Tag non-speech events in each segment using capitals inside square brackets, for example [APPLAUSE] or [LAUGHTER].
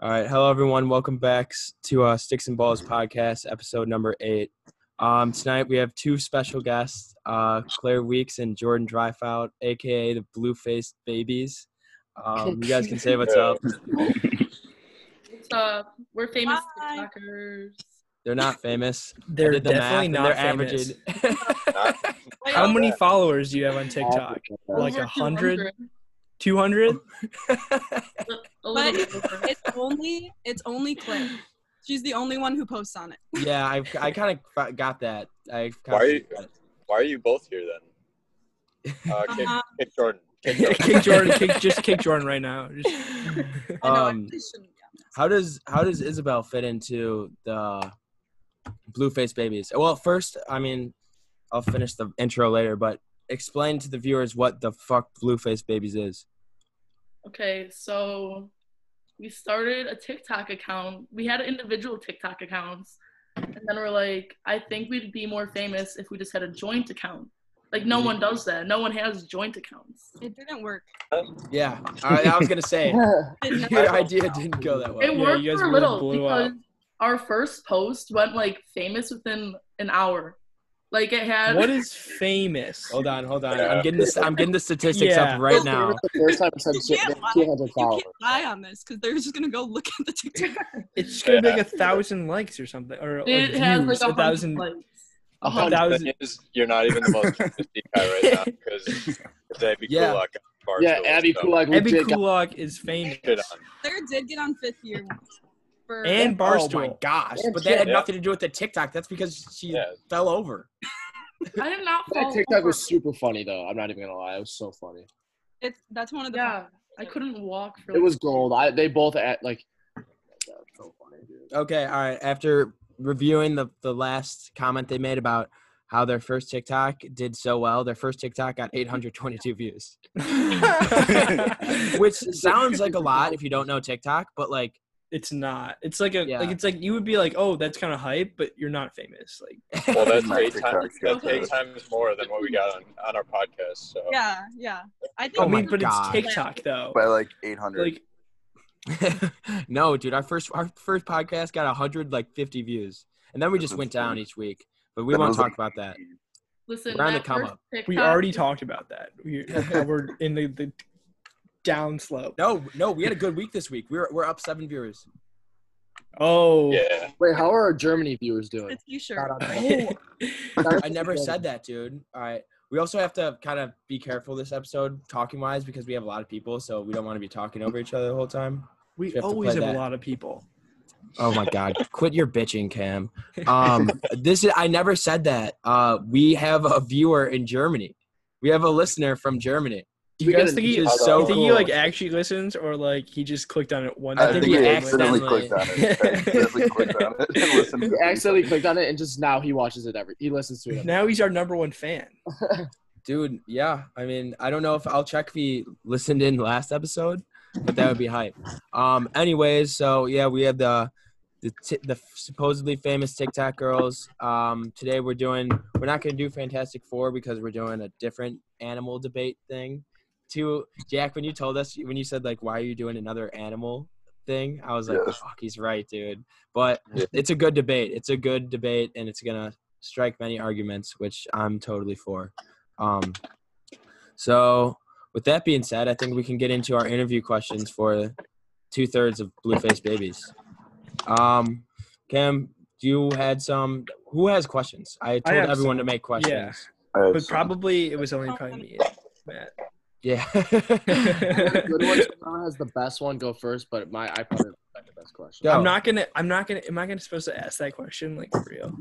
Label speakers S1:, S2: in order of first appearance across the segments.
S1: All right, hello everyone. Welcome back s- to uh, Sticks and Balls podcast, episode number eight. Um, tonight we have two special guests, uh, Claire Weeks and Jordan Dryfout, aka the Blue Faced Babies. Um, you guys can
S2: [LAUGHS]
S1: say what's up.
S3: What's up? We're famous
S4: Hi.
S3: TikTokers.
S1: They're not famous. I
S5: They're
S1: did the
S5: definitely
S1: math, and
S5: not famous. [LAUGHS]
S1: averaging-
S5: How many followers do you have on TikTok? Like
S3: Over
S5: a hundred,
S3: 200.
S5: two
S6: [LAUGHS]
S5: hundred?
S3: A
S4: But-
S3: little bit over.
S4: It's only it's only Claire. She's the only one who posts on it.
S1: yeah, I, I kind of got that. I
S2: Why are you-
S1: kind [LAUGHS]
S2: Why are you both here then? Uh,
S4: [LAUGHS]
S2: kick,
S4: Uh-huh.
S2: kick Jordan. Kick Jordan.
S5: kick Jordan, kick, just kick Jordan right now. Just-
S4: I know
S1: Um,
S4: I really shouldn't. be on this.
S1: How does how does Isabel fit into the blue face babies? Well, first, I mean, I'll finish the intro later, but explain to the viewers what the fuck blue face babies is.
S3: Okay, so we started a TikTok account. We had individual TikTok accounts. And then we're like, I think we'd be more famous if we just had a joint account. Like, no one does that. No one has joint accounts.
S4: It didn't work.
S1: Yeah, I, I was gonna
S7: [LAUGHS]
S5: [LAUGHS]
S1: say [LAUGHS]
S4: It didn't
S1: your idea didn't go that
S3: It
S1: well.
S5: Yeah,
S3: worked
S5: you guys
S3: for a
S5: really
S3: little
S5: blew
S3: because
S5: up.
S3: our first post went like famous within an hour. Like, it had.
S5: what is famous?
S1: Hold on, hold on.
S2: Yeah.
S1: I'm getting this. I'm getting the statistics
S5: Yeah.
S1: up right now.
S7: The first time it said
S4: You
S7: shit,
S4: can't
S7: that kid had to
S4: You
S7: follow.
S4: can't lie on this because they're just gonna go look at
S3: [LAUGHS]
S4: the TikTok.
S5: It's just gonna be like a thousand likes or something, or, or
S3: it has like
S5: views,
S3: a
S5: a thousand.
S3: thousand likes.
S5: a
S2: Um,
S5: hundred.
S2: the thing is, you're not even the most interesting guy right now because Abby
S1: Yeah.
S2: Kulak. got
S7: Yeah,
S2: Barstool,
S7: Abby
S2: so
S7: Kulak
S5: Abby
S7: legit got
S5: Kulak is famous,
S2: Shit on.
S4: Claire did get on fifth year for
S5: and Barstool.
S1: Oh my gosh! But that
S7: Yeah.
S1: had nothing to do with the TikTok. That's because she
S2: Yeah.
S1: fell over.
S3: I did not follow.
S7: that TikTok
S3: over.
S7: was super funny though. I'm not even gonna lie, it was so funny.
S4: it's that's one of the
S3: Yeah, I couldn't walk for.
S7: It was gold. I they both at like. Yeah, it's so funny, dude.
S1: Okay, all right. After reviewing the the last comment they made about how their first TikTok did so well, their first TikTok got 822 [LAUGHS] views, which sounds like a lot if you don't know TikTok, but like
S5: [LAUGHS]
S1: [LAUGHS]
S5: it's not. It's like a
S1: Yeah.
S5: like it's like you would be like, oh, that's kind of hype, but you're not famous. Like
S2: Well,
S6: [LAUGHS]
S2: that's
S1: My
S2: eight times, that's
S4: got
S2: eight
S4: those.
S2: times more than what we got on, on our podcast. So
S4: yeah, yeah. I think
S1: Oh
S5: I
S1: my
S5: mean, but
S1: God.
S5: it's TikTok though.
S6: by like 800.
S5: Like
S1: no, dude, our first our first podcast got 100 like 50 views, and then we just went down each week. But we
S6: That
S1: won't
S6: was
S1: talk
S6: like-
S1: about that.
S3: Listen,
S1: We're on the
S3: that
S1: come
S3: first
S1: up.
S3: TikTok,
S5: we already talked about that. [LAUGHS] We, we're in the, the down slope.
S1: No, no, we had a good week this week. We're we're up seven viewers.
S5: Oh,
S2: yeah,
S7: Wait, how are our Germany viewers doing?
S4: it's you
S7: Shout
S4: sure.
S7: out to them.
S1: [LAUGHS]
S5: Oh,
S1: I never said that, dude. All right. We also have to kind of be careful this episode, talking wise, because we have a lot of people, so we don't want to be talking over each other the whole time.
S5: we
S1: You have to
S5: always
S1: play
S5: have
S1: that.
S5: a lot of people.
S1: Oh my [LAUGHS] God! Quit your bitching, [LAUGHS] Cam. Um, this is—I never said that. Uh, we have a viewer in Germany. We have a listener from Germany.
S5: Do
S7: We
S5: you guys
S7: gotta
S5: think
S1: Which
S5: he,
S1: is so
S5: think he like
S1: cool.
S5: actually listens, or like he just clicked on it once?
S6: I think
S1: we
S6: he
S1: accidentally-
S6: accidentally clicked on it. accidentally clicked on it. and listened to
S7: He
S6: it.
S7: accidentally clicked on it and just now he watches it every. He listens to it.
S1: [LAUGHS]
S7: Every,
S5: Now he's our number one fan.
S1: Dude, yeah. I mean, I don't know if I'll check if he listened in last episode, but that would be hype. Um, anyways, so yeah, we have the the t- the supposedly famous TikTok girls. Um, today we're doing we're not gonna do Fantastic Four because we're doing a different animal debate thing. To Jack, when you told us when you said like, why are you doing another animal thing? I was like,
S6: Yes.
S1: fuck, he's right, dude. But
S2: Yeah.
S1: it's a good debate. It's a good debate, and it's gonna strike many arguments, which I'm totally for. Um, so, with that being said, I think we can get into our interview questions for two thirds of blue face babies. Um, Cam, you had some. Who has questions? I told
S5: have
S1: everyone to make
S5: Yeah.
S1: questions.
S6: Uh,
S5: But
S6: so-
S5: probably it was only probably [LAUGHS] me. and
S1: Yeah. [LAUGHS]
S5: Matt.
S7: good one. Whoever has the best one go first, but my I probably have the second best question.
S1: Yeah.
S5: I'm not gonna. I'm not gonna. Am I gonna supposed to ask that question like for real?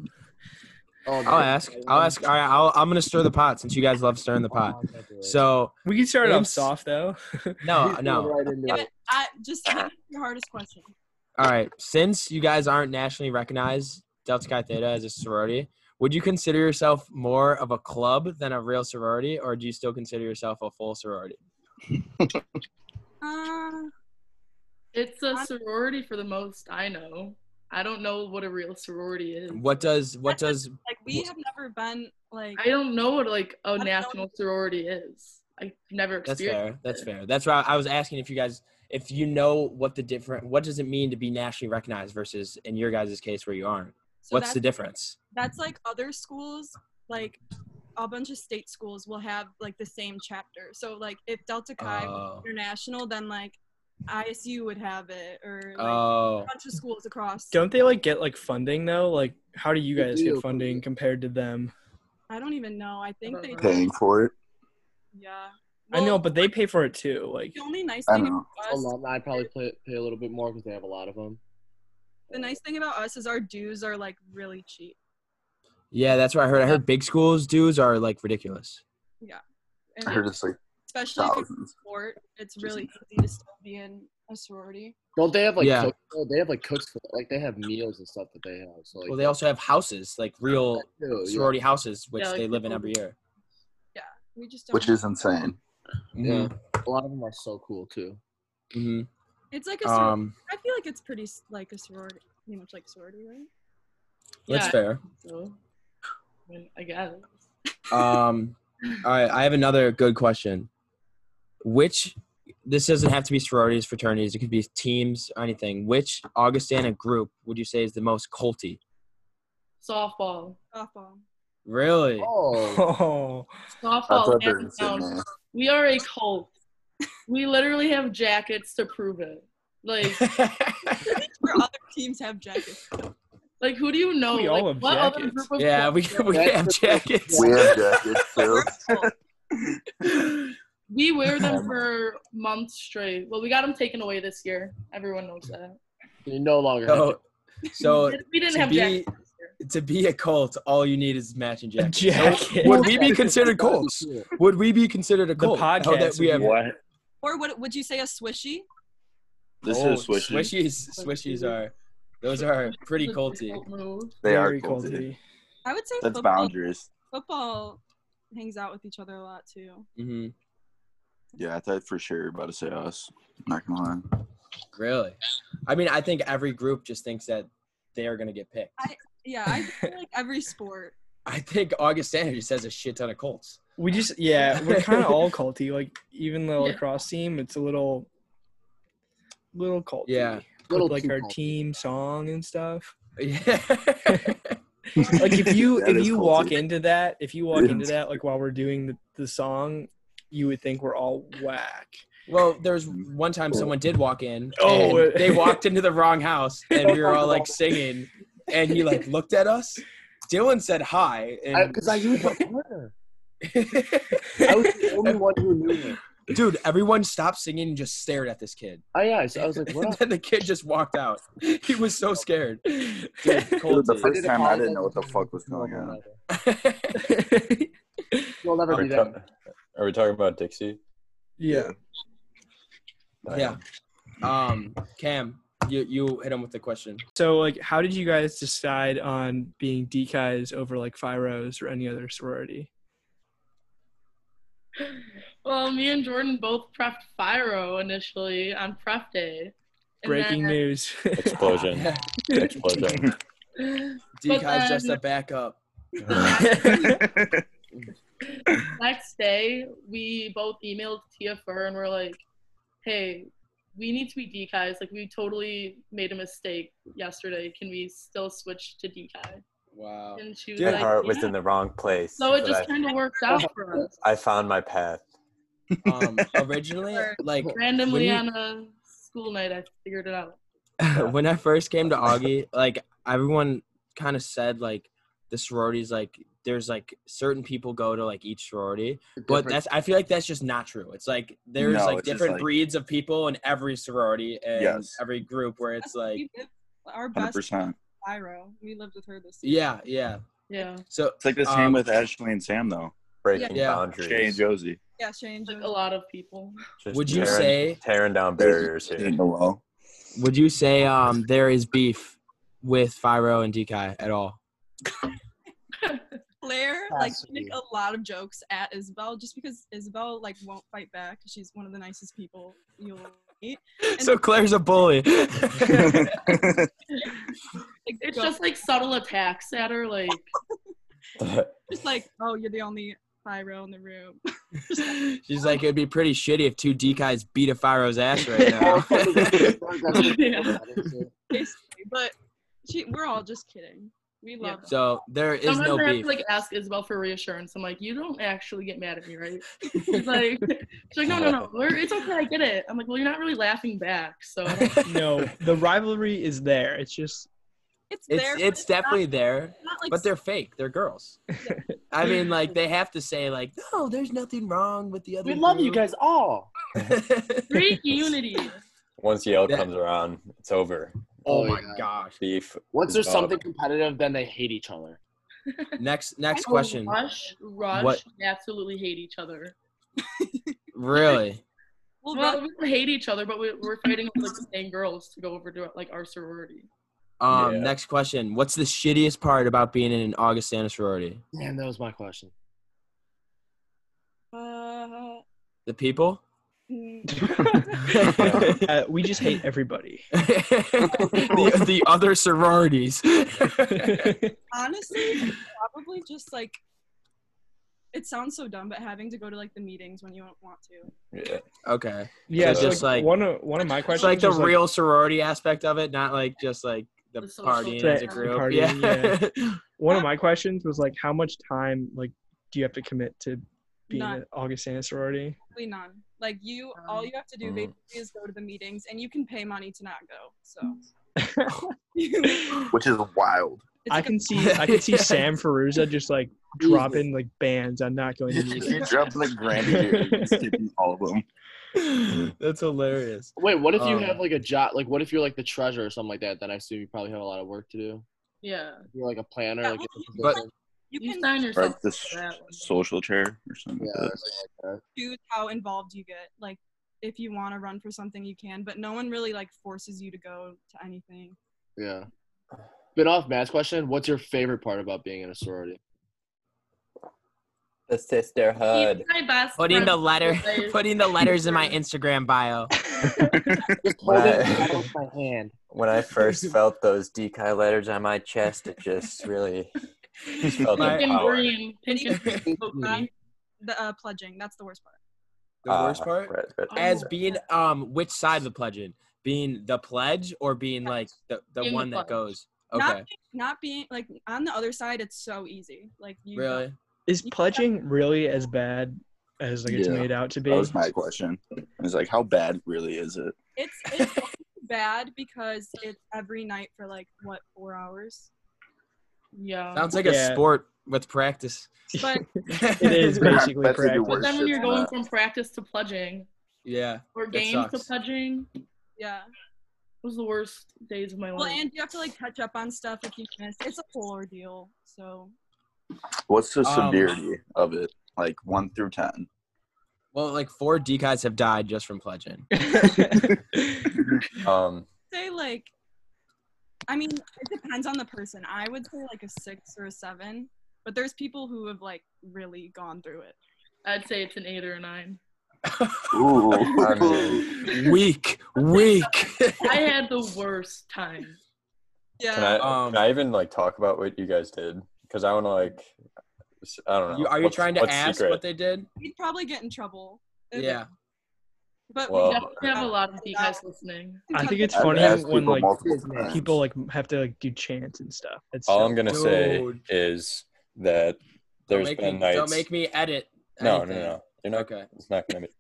S7: Oh,
S1: I'll ask. I'll ask. All right. I'll, I'm gonna stir the pot since you guys love stirring the
S7: Oh,
S1: pot. So
S5: We can start off
S1: It's-
S5: soft though.
S1: no, no.
S7: Right into
S4: Give
S7: it.
S4: it. I just give me your hardest question.
S1: All right. Since you guys aren't nationally recognized, Delta Chi Theta as a sorority, would you consider yourself more of a club than a real sorority, or do you still consider yourself a full sorority?
S4: Uh,
S3: It's a sorority for the most I know. I don't know what a real sorority is.
S1: What does what does
S4: like we have never been like
S3: I don't know what like a
S4: don't
S3: national sorority is. I've never
S1: That's
S3: experienced.
S1: fair. That's fair. That's why I was asking if you guys, if you know what the different what does it mean to be nationally recognized versus in your guys' case where you aren't?
S4: So
S1: What's
S4: that's,
S1: the difference?
S4: that's like other schools, like a bunch of state schools will have like the same chapter. So like if Delta Chi was
S1: Oh.
S4: international, then like ISU would have it or like
S1: Oh.
S4: a bunch of schools across.
S5: Don't they like get like funding though? Like, how do you
S7: They
S5: guys get
S7: do.
S5: funding compared to them?
S4: I don't even know. I think they
S6: paying for it.
S4: yeah.
S5: I know,
S4: Well,
S5: but they pay for it too. Like, [LAUGHS]
S4: the only nice
S6: I
S4: thing
S6: know.
S4: about us
S7: Alumni probably play, pay a little bit more because they have a lot of them.
S4: the nice thing about us is our dues are like really cheap.
S1: Yeah, that's what I heard. I heard big schools dues are like ridiculous.
S4: And
S6: I heard it's like
S4: especially if you're
S6: thousands.
S4: sport, it's
S6: Just-
S4: really easy to still be in a sorority.
S7: Don't they have like
S1: Yeah.
S7: cooks? though? They have like cooks for like they have meals and stuff that they have. So like
S1: Well, they also have houses, like real
S7: too, yeah.
S1: sorority houses, which
S3: Yeah, like
S1: they live in
S3: people-
S1: every year.
S4: We just don't
S6: Which is insane.
S7: Yeah.
S1: Mm-hmm.
S7: A lot of them are so cool too.
S1: hmm
S4: it's like a sorority.
S1: Um,
S4: I feel like it's pretty s- like a sorority, pretty much like sorority, right?
S1: that's
S3: Yeah.
S1: fair.
S3: So, I, mean, I guess. [LAUGHS]
S1: Um, all right, I have another good question. Which this doesn't have to be sororities, fraternities. It could be teams, or anything. Which Augustana group would you say is the most culty?
S3: Softball.
S4: Softball.
S1: Really?
S7: Oh,
S5: oh,
S6: I
S3: Softball.
S6: thought they were
S3: hands down.
S5: [LAUGHS]
S6: insane.
S3: We are a cult. we literally have jackets to prove it. Like,
S4: Where other teams have
S6: [LAUGHS]
S4: jackets.
S3: like who do you know?
S5: We all
S3: like,
S5: have
S3: what other
S5: jackets.
S3: group of
S1: [LAUGHS] yeah, [LAUGHS]
S7: [LAUGHS]
S1: we we
S7: That's
S1: have
S7: the-
S1: jackets.
S6: We have jackets too.
S3: we wear
S1: Um,
S3: them for months straight. Well, we got them taken away this year. Everyone knows that.
S7: you no longer. have
S1: So,
S7: [LAUGHS]
S1: so
S3: we didn't
S1: to
S3: have
S1: be-
S3: jackets this year.
S1: to be a cult, all you need is matching
S5: a
S1: jackets. So
S5: jacket.
S7: [LAUGHS]
S1: Would we be considered
S7: That'd be
S1: cults?
S7: cool.
S1: Would we be considered a
S5: The
S1: cult? now that
S5: podcast
S1: we
S5: would
S1: have
S5: be-
S2: What?
S4: Or would would you say a swishy?
S2: This
S1: Oh,
S2: is swishy.
S1: Swishies, swishies are those are pretty culty.
S3: Cult move.
S6: They are
S5: Very
S6: culty.
S5: culty.
S4: I would say
S6: That's
S4: football.
S6: boundaries.
S4: Football hangs out with each other a lot too.
S1: hmm
S6: Yeah, I thought for sure about to say us. Not gonna lie.
S1: Really? I mean, I think every group just thinks that they are gonna get picked.
S4: Yeah, I
S6: [LAUGHS]
S4: feel like every sport.
S1: I think Augustana just has a shit ton of cults. [LAUGHS]
S5: We just, yeah,
S6: [LAUGHS]
S5: we're kind of all culty. Like, even the lacrosse team, it's a little, little culty.
S1: Yeah.
S7: Little
S5: With, like
S7: too
S5: our
S7: culty.
S5: team song and
S6: [LAUGHS]
S5: stuff.
S1: Yeah.
S5: Like, if you
S6: That
S5: if
S6: is
S5: you walk
S6: culty.
S5: into that, if you walk
S6: Yeah.
S5: into that, like while we're doing the, the song, you would think we're all whack.
S1: well, there's one time someone did walk in.
S5: Oh,
S1: and
S5: it-
S1: they walked into the wrong house, and we were all like singing, and he like looked at us. Dylan said hi, and
S7: Because I, [LAUGHS] knew the order. I was the only one who knew it.
S1: [LAUGHS] dude, everyone stopped singing and just stared at this kid.
S7: Oh yeah, so I was like, what?
S1: [LAUGHS] And
S7: up?
S1: then the kid just walked out. He was so scared. [LAUGHS] Dude,
S6: Dude, the
S1: culty. [LAUGHS]
S6: first time I didn't know what the
S7: apologize.
S6: fuck was going on.
S7: You'll never
S2: Are
S7: be
S2: we,
S7: that.
S2: ta- are we talking about Dixie?
S5: Yeah.
S1: yeah. Um, Cam, you you hit him with the question.
S5: So, like, how did you guys decide on being decais over like Phiros or any other sorority?
S3: Well, me and Jordan both prepped Firo initially on prep day. And
S5: Breaking
S3: then- uh,
S5: news. [LAUGHS]
S2: Explosion.
S1: [LAUGHS]
S2: Explosion.
S1: Decai's just
S3: then-
S1: a backup.
S3: Next day, we both emailed Tia Fur and we're like, hey, we need to be decais. Like, we totally made a mistake yesterday. Can we still switch to dekai? [LAUGHS]
S1: Wow.
S3: And she was
S2: My
S3: like,
S2: heart was
S3: "Yeah."
S2: in the wrong place.
S3: so it
S2: but
S3: just
S2: I,
S3: kind of worked out for us.
S2: I found my path.
S1: Um, originally, like
S3: Randomly
S1: When
S3: on a school night, I figured it
S1: [LAUGHS]
S3: out.
S1: when I first came to Augie, like everyone kind of said like the sororities like there's like certain people go to like each sorority, but
S7: [LAUGHS]
S1: that's I feel like that's just not true. It's like there's
S6: No,
S1: like
S6: it's just,
S1: different
S6: like-
S1: breeds of people in every sorority and
S6: Yes.
S1: every group where it's like
S4: We [LAUGHS] lived- our
S6: Hundred
S4: best
S6: percent.
S4: Pyro. We lived with her this year.
S1: yeah, yeah.
S3: Yeah.
S1: So
S6: It's like the same
S1: Um,
S6: with Ashley and Sam though.
S2: Breaking
S1: Yeah.
S2: boundaries.
S6: Shay and Josie.
S4: Yeah, Shane.
S3: Like a lot of people.
S2: Just
S1: would you
S2: tearing-
S1: say
S2: tearing down barriers here?
S6: [LAUGHS] In the
S5: [LAUGHS]
S6: well.
S1: would you say um there is beef with Firo and Dekai at all?
S4: Claire like
S7: Has to
S4: make
S7: be.
S4: a lot of jokes at Isabel just because Isabel like won't fight back. She's one of the nicest people you'll meet.
S1: So Claire's a bully. [LAUGHS]
S4: Like,
S3: It's
S4: go-
S3: just like subtle attacks at her. Like,
S4: just like, oh, you're the only Pyro in the room. [LAUGHS]
S1: She's like, it'd be pretty shitty if two D guys beat a Firo's ass right now. [LAUGHS]
S4: Basically, but she, we're all just kidding. We
S3: Yeah.
S4: love her.
S1: so there is
S3: Sometimes
S1: no
S3: I have
S1: beef.
S3: to like ask Isabel for reassurance. I'm like, you don't actually get mad at me,
S1: [LAUGHS]
S3: right? She's like, she's like, no, no, no, we're, it's okay, I get it. I'm like, well, you're not really laughing back,
S1: [LAUGHS]
S3: so I don't-
S5: no, the rivalry is there. It's just
S4: It's,
S1: It's
S4: there. but
S1: it's definitely there,
S4: Not, not like
S1: but they're fake. They're girls. I mean, like they have to say like, no, there's nothing wrong with the other.
S7: We love you guys all.
S1: guys.
S3: great [LAUGHS] unity.
S2: Once Yale
S1: Yeah.
S2: comes around, it's over.
S1: oh
S7: Oh,
S1: my
S7: yeah.
S1: gosh.
S2: Beef.
S7: Once there's
S2: Oh.
S7: something competitive, then they hate each other.
S1: Next next
S3: I know
S1: question.
S3: Rush, Rush,
S1: What-
S3: they absolutely hate each other.
S1: Really?
S4: we'll
S3: Well,
S4: run-
S3: we don't hate each other, but we, we're fighting over like, the same girls to go over to like our sorority.
S1: Um,
S2: Yeah.
S1: next question. What's the shittiest part about being in an Augustana sorority?
S7: Damn, that was my question.
S4: uh,
S1: The people?
S4: mm,
S5: uh, we just hate everybody.
S1: [LAUGHS] the, the other sororities.
S4: [LAUGHS] honestly, probably just like. It sounds so dumb, but having to go to like the meetings when you don't want to.
S2: Yeah.
S1: okay.
S5: yeah,
S2: So
S5: so
S1: just
S5: like,
S1: like-
S5: one of one of my
S1: It's
S5: questions
S1: like the
S5: was,
S1: real sorority aspect of it, not like just like the,
S3: The social
S1: partying
S5: Right,
S1: as a
S5: the
S1: group. yeah.
S5: partying, one of my questions was like how much time like do you have to commit to being
S4: None.
S5: an
S4: [LAUGHS]
S5: Augustana sorority?
S4: Probably none. Like you, all you have to do
S2: Mm.
S4: basically is go to the meetings, and you can pay money to not go. So
S6: Which is wild.
S4: It's
S5: I
S4: like a-
S5: can see I can see Sam Ferruza just like dropping like bands. I'm not
S6: [LAUGHS]
S5: going to [LAUGHS]
S6: he
S5: meetings.
S6: dropped like Grandy here. He's
S5: [LAUGHS]
S6: skipping all of them.
S1: [LAUGHS] That's hilarious.
S7: Wait, what if you
S1: Um,
S7: have like a job? Like, what if you're like the treasurer or something like that? Then I assume you probably have a lot of work to do.
S3: Yeah,
S7: If you're like a planner,
S4: Yeah,
S7: like,
S4: well,
S7: it's a
S1: But-
S7: position.
S4: you
S3: you
S4: can
S3: sign
S6: Or
S3: yourself.
S6: like the
S3: for
S6: s-
S3: that one.
S6: social chair or something.
S7: yeah, or
S6: like that.
S7: something like that.
S4: choose how involved you get. Like if you want to run for something, you can, but no one really like forces you to go to anything.
S7: yeah. Spin off Matt's question. What's your favorite part about being in a sorority?
S8: The sisterhood.
S3: He's my best
S1: Putting the
S3: friend.
S1: letter, [LAUGHS]
S3: Like,
S1: putting the letters
S3: [LAUGHS]
S1: in my Instagram bio.
S5: [LAUGHS]
S6: [LAUGHS]
S7: Just
S8: When
S1: [LAUGHS]
S7: hold it
S8: I-
S7: out of my hand.
S8: When I first felt those decal letters on my chest, it just really
S1: [LAUGHS]
S8: just felt
S1: My-
S3: Pink and
S8: empowered.
S3: green, pink and green. Okay.
S4: The uh, pledging, that's the worst part.
S1: The
S8: Uh,
S1: worst part
S8: right, right.
S1: as being um, which side of the pledge in? Being the pledge or being like the, the
S3: Being the
S1: one that
S3: pledge.
S1: goes?
S4: Not
S1: Okay.
S4: being, not being like on the other side, it's so easy. Like you go-
S1: Really?
S5: Is pledging really as bad as like it's
S6: Yeah.
S5: made out to be?
S6: That was my question. It's like, how bad really is it?
S4: It's,
S1: [LAUGHS]
S4: it's bad because it's every night for like what four hours.
S3: Yeah.
S1: Sounds like a
S5: Yeah.
S1: sport with practice.
S4: But
S5: [LAUGHS]
S1: [LAUGHS]
S5: it is basically
S6: That's the
S5: practice.
S3: But then when
S6: worst shit's
S3: you're going
S6: not-
S3: from practice to pledging
S1: Yeah.
S3: or
S1: That
S3: games to
S1: sucks.
S3: pledging, it
S4: yeah,
S3: was the worst days of my life.
S4: well, and you have to like catch up on stuff if you miss. It's a whole ordeal. So
S6: What's the
S1: Um,
S6: severity of it? Like one through ten.
S1: Well, like four D guys have died just from
S5: [LAUGHS]
S1: pledging.
S8: Um,
S4: say like, I mean, it depends on the person. I would say like a six or a seven, but there's people who have like really gone through it.
S3: I'd say it's an eight or a
S4: [LAUGHS]
S3: nine.
S6: Ooh.
S8: I mean,
S1: weak, weak. [LAUGHS]
S3: I had the worst time.
S8: can I,
S1: Um,
S8: can I even like talk about what you guys did? Because I want to like, s- I don't know.
S1: You, are you
S8: What's-
S1: trying to
S8: what's
S1: ask
S8: secret?
S1: what they did?
S4: we'd probably get in trouble. If-
S1: Yeah.
S4: But we
S6: Oh.
S8: Well,
S3: Definitely have a lot of you guys listening.
S5: I think it's
S6: I've
S5: funny
S6: asked
S5: when
S6: people
S5: like
S6: multiple times.
S5: people like have to like do chants and stuff. It's
S8: All I'm gonna say
S1: Dude.
S8: is that
S1: Don't
S8: there's
S1: make,
S8: been
S1: me,
S8: nights.
S1: don't make me edit.
S8: no, no,
S1: anything.
S8: no. You're not.
S1: Okay.
S8: It's not gonna be.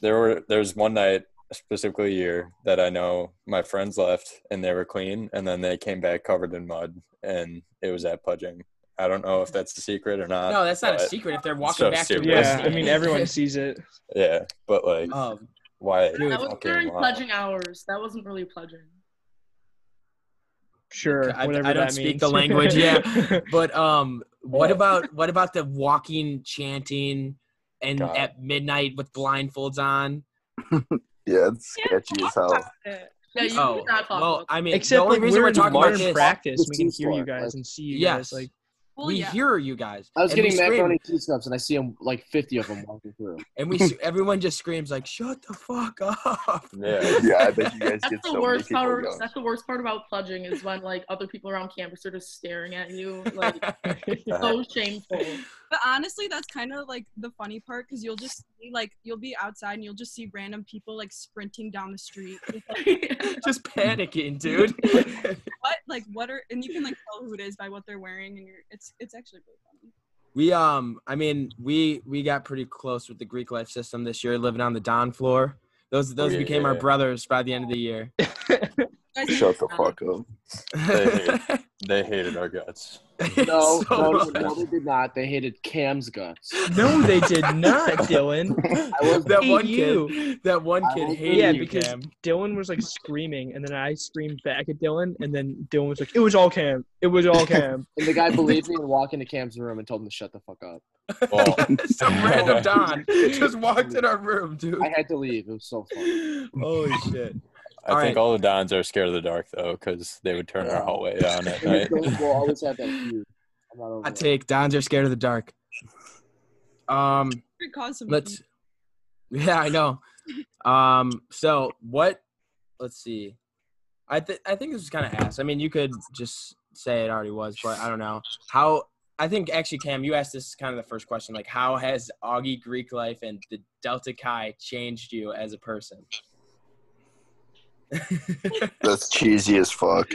S8: There were there was one night specifically a year that I know my friends left and they were clean and then they came back covered in mud and it was at pudging. I don't know if that's a secret or not.
S1: No, that's not a
S8: but-
S1: secret if they're walking
S8: so
S1: back to
S8: stupid.
S5: yeah,
S1: Rusty.
S5: I mean
S1: [LAUGHS]
S8: [LAUGHS]
S5: everyone sees it.
S8: Yeah, but like
S1: Um,
S8: why?
S1: Dude,
S3: That was
S8: fucking
S3: during
S8: why?
S3: pledging hours. That wasn't really pledging.
S5: Sure,
S1: I- I
S5: whatever
S1: don't
S5: that
S1: speak
S5: means.
S1: the language, yeah. but um, what about what about the walking, chanting, and
S8: God.
S1: at midnight with blindfolds on?
S6: Yeah, it's sketchy as hell.
S3: Yeah, you
S1: oh,
S3: did not talk
S1: well,
S3: about
S1: I mean,
S5: [LAUGHS] Except
S1: the only
S5: like
S1: reason
S5: we're
S1: we're
S5: in
S1: talking about
S5: modern
S1: this.
S5: practice,
S7: It's
S5: we can
S7: too
S5: hear you
S7: smart,
S5: guys
S7: like-
S5: and see you
S1: Yes.
S5: guys. Like
S4: Well,
S1: we
S4: Oh, yeah.
S1: hear you guys.
S7: I was
S1: and we
S7: getting
S1: scream,
S7: macaroni and cheese cups, and I see them like 50 of them walking
S1: [LAUGHS]
S7: through.
S1: and we s- everyone just screams like, "Shut the fuck up!"
S8: Yeah.
S1: [LAUGHS]
S6: Yeah, I bet you guys
S3: That's
S6: get
S3: the
S6: so many
S3: worst
S6: people
S3: part.
S6: going.
S3: That's the worst part about pledging is when like other people around campus are just staring at you.
S6: [LAUGHS]
S3: Like so shameful.
S4: But honestly, that's kind of like the funny part because you'll just see like you'll be outside and you'll just see random people like sprinting down the street. Just like,
S1: [LAUGHS] just panicking, dude. [LAUGHS]
S4: what? Like what are? And you can like tell who it is by what they're wearing, and you're it's it's actually really funny.
S1: we um, I mean, we we got pretty close with the Greek life system this year, living on the Don floor. Those those
S8: Oh, yeah,
S1: became
S8: yeah,
S1: our
S8: yeah.
S1: brothers by the end of the year.
S4: You guys
S6: Shut the fuck up.
S8: They- They hated our guts.
S7: No,
S1: [LAUGHS] So
S7: no,
S1: much.
S7: no, they did not. They hated Cam's guts.
S5: No, they did
S1: [LAUGHS]
S5: not, Dylan.
S7: I was
S1: that
S5: Hey,
S1: one
S5: you.
S1: kid, that one
S7: I
S1: kid
S7: will-
S1: hated
S5: Yeah,
S1: you,
S5: because
S1: Cam.
S5: Dylan was like screaming, and then I screamed back at Dylan, and then Dylan was like, "It was all Cam. It was
S7: [LAUGHS]
S5: all Cam."
S7: And
S1: [LAUGHS]
S7: the guy believed me and walked into Cam's room and told him to shut the fuck up.
S8: Well,
S5: [LAUGHS]
S1: [LAUGHS] Some random Don just walked in our room, dude.
S7: I had to leave. It was so funny.
S1: Holy shit.
S8: I
S1: All
S8: think
S1: right.
S8: all the Dons are scared of the dark though, because they would turn our hallway on at
S7: And
S1: [LAUGHS]
S7: we
S8: night.
S7: still- We'll always have that feud. I'm not over
S1: I
S7: it.
S1: take Dons are scared of the dark. Um,
S4: It caused some.
S1: let's. Yeah, I know. Um, so what? Let's see. I think I think this is kind of ass. I mean, you could just say it already was, but I don't know how. I think actually, Cam, you asked this kind of the first question, like how has Augie Greek life and the Delta Chi changed you as a person? [LAUGHS]
S6: That's cheesy as fuck.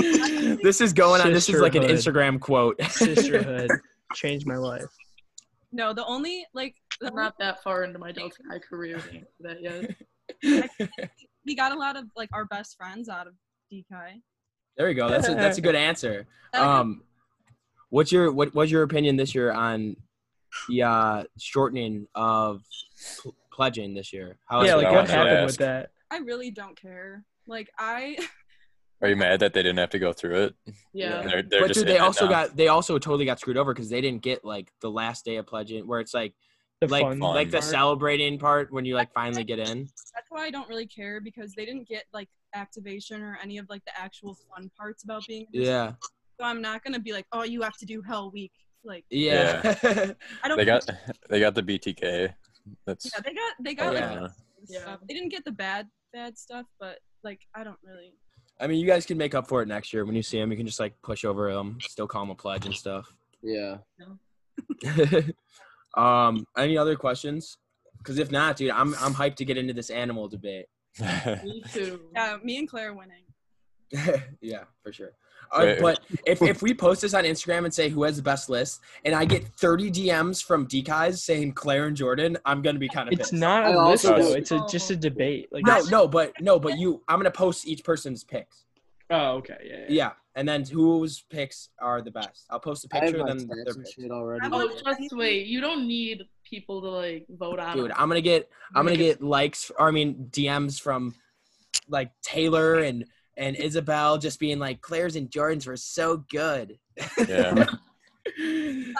S1: this is going on. This is like an
S5: Sisterhood.
S1: Instagram quote. [LAUGHS]
S5: Sisterhood changed my life.
S4: No, the only like the
S3: I'm
S4: only
S3: not that far into my Delta Chi
S1: [LAUGHS]
S3: career to that yet.
S4: we got a lot of like our best friends out of DKI.
S1: There you go. That's a, that's a good answer. Um, what's your what was your opinion this year on the uh, shortening of pl- pledging this year? How
S5: yeah,
S8: what
S5: like
S8: I
S5: what
S8: wanted to
S5: happened
S8: ask.
S5: with that?
S4: I really don't care. Like
S1: [LAUGHS]
S4: I
S8: Are you mad that they didn't have to go through it?
S3: Yeah.
S8: They're, they're
S1: But
S8: just
S1: dude, they
S8: in it
S1: also
S8: now.
S1: got they also totally got screwed over because they didn't get like the last day of pledging where it's like
S5: The
S1: like
S5: fun
S1: like the
S5: part.
S1: celebrating part when you like finally get in.
S4: that's why I don't really care because they didn't get like activation or any of like the actual fun parts about being. a
S1: Yeah,
S4: So I'm not gonna be like, oh, you have to do Hell Week. Like
S1: yeah.
S4: I don't.
S8: They
S4: [LAUGHS]
S8: got [LAUGHS] they got the BTK. That's
S4: Yeah, they got. They
S8: Oh,
S4: got.
S1: Yeah.
S4: Like,
S3: Yeah.
S4: stuff. They didn't get the bad, bad stuff, but like I don't really.
S1: [LAUGHS] I mean, you guys can make up for it next year when you see them. You can just like push over them, still call them a pledge and stuff.
S7: Yeah.
S1: [LAUGHS] um, any other questions? Because if not, dude, I'm I'm hyped to get into this animal debate. [LAUGHS]
S8: [LAUGHS]
S3: Me too.
S4: Yeah, me and Claire winning.
S1: yeah, for sure. Uh,
S8: Wait.
S1: but if, if we post this on Instagram and say who has the best list, and I get 30 DMs from DKs saying Claire and Jordan, I'm gonna be kind of
S5: It's
S1: pissed.
S5: not
S7: I
S5: a list
S7: also
S5: though.
S7: don't-
S5: It's a, just a debate. Like
S1: no, no, but no, but you. I'm gonna post each person's picks.
S5: Oh, okay. Yeah. yeah.
S1: Yeah, and then whose picks are the best. I'll post a
S7: I have
S1: picture,
S7: my
S1: then
S7: stats
S1: their
S7: and
S1: picks.
S7: shit already.
S4: I'm
S3: Oh,
S4: like-
S3: just wait. You don't need people to like vote on.
S1: Dude,
S3: it.
S1: I'm gonna get I'm gonna get likes. Or, I mean DMs from like Taylor and and Isabel just being like Claire's and Jordan's were so good.
S8: yeah.
S4: I wanna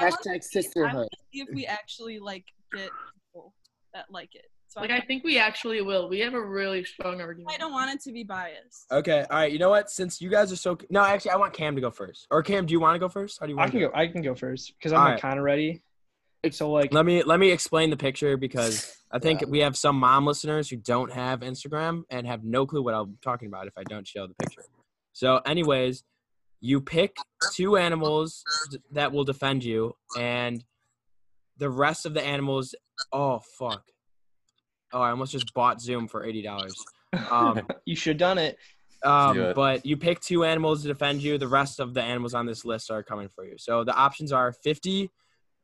S7: Hashtag
S4: I
S7: sisterhood.
S4: want to see if we actually like get people that like it. So
S3: like
S4: I,
S3: I think we actually will. We have a really strong
S4: I
S3: argument.
S4: don't want it to be biased.
S1: [LAUGHS] Okay, all right. You know what? Since you guys are so no, actually, I want Cam to go first. Or Cam, do you want to go first? How do you want?
S5: I can
S1: to
S5: go. I can go first because I'm
S1: All
S5: like,
S1: right.
S5: kind of ready. So like,
S1: Let me let me explain the picture because I think we have some mom listeners who don't have Instagram and have no clue what I'm talking about if I don't show the picture. So, anyways, you pick two animals th- that will defend you, and the rest of the animals. Oh fuck! Oh, I almost just bought Zoom for eighty dollars. Um,
S5: you should done it.
S8: Do
S1: Um,
S8: it.
S1: but you pick two animals to defend you. The rest of the animals on this list are coming for you. So the options are 50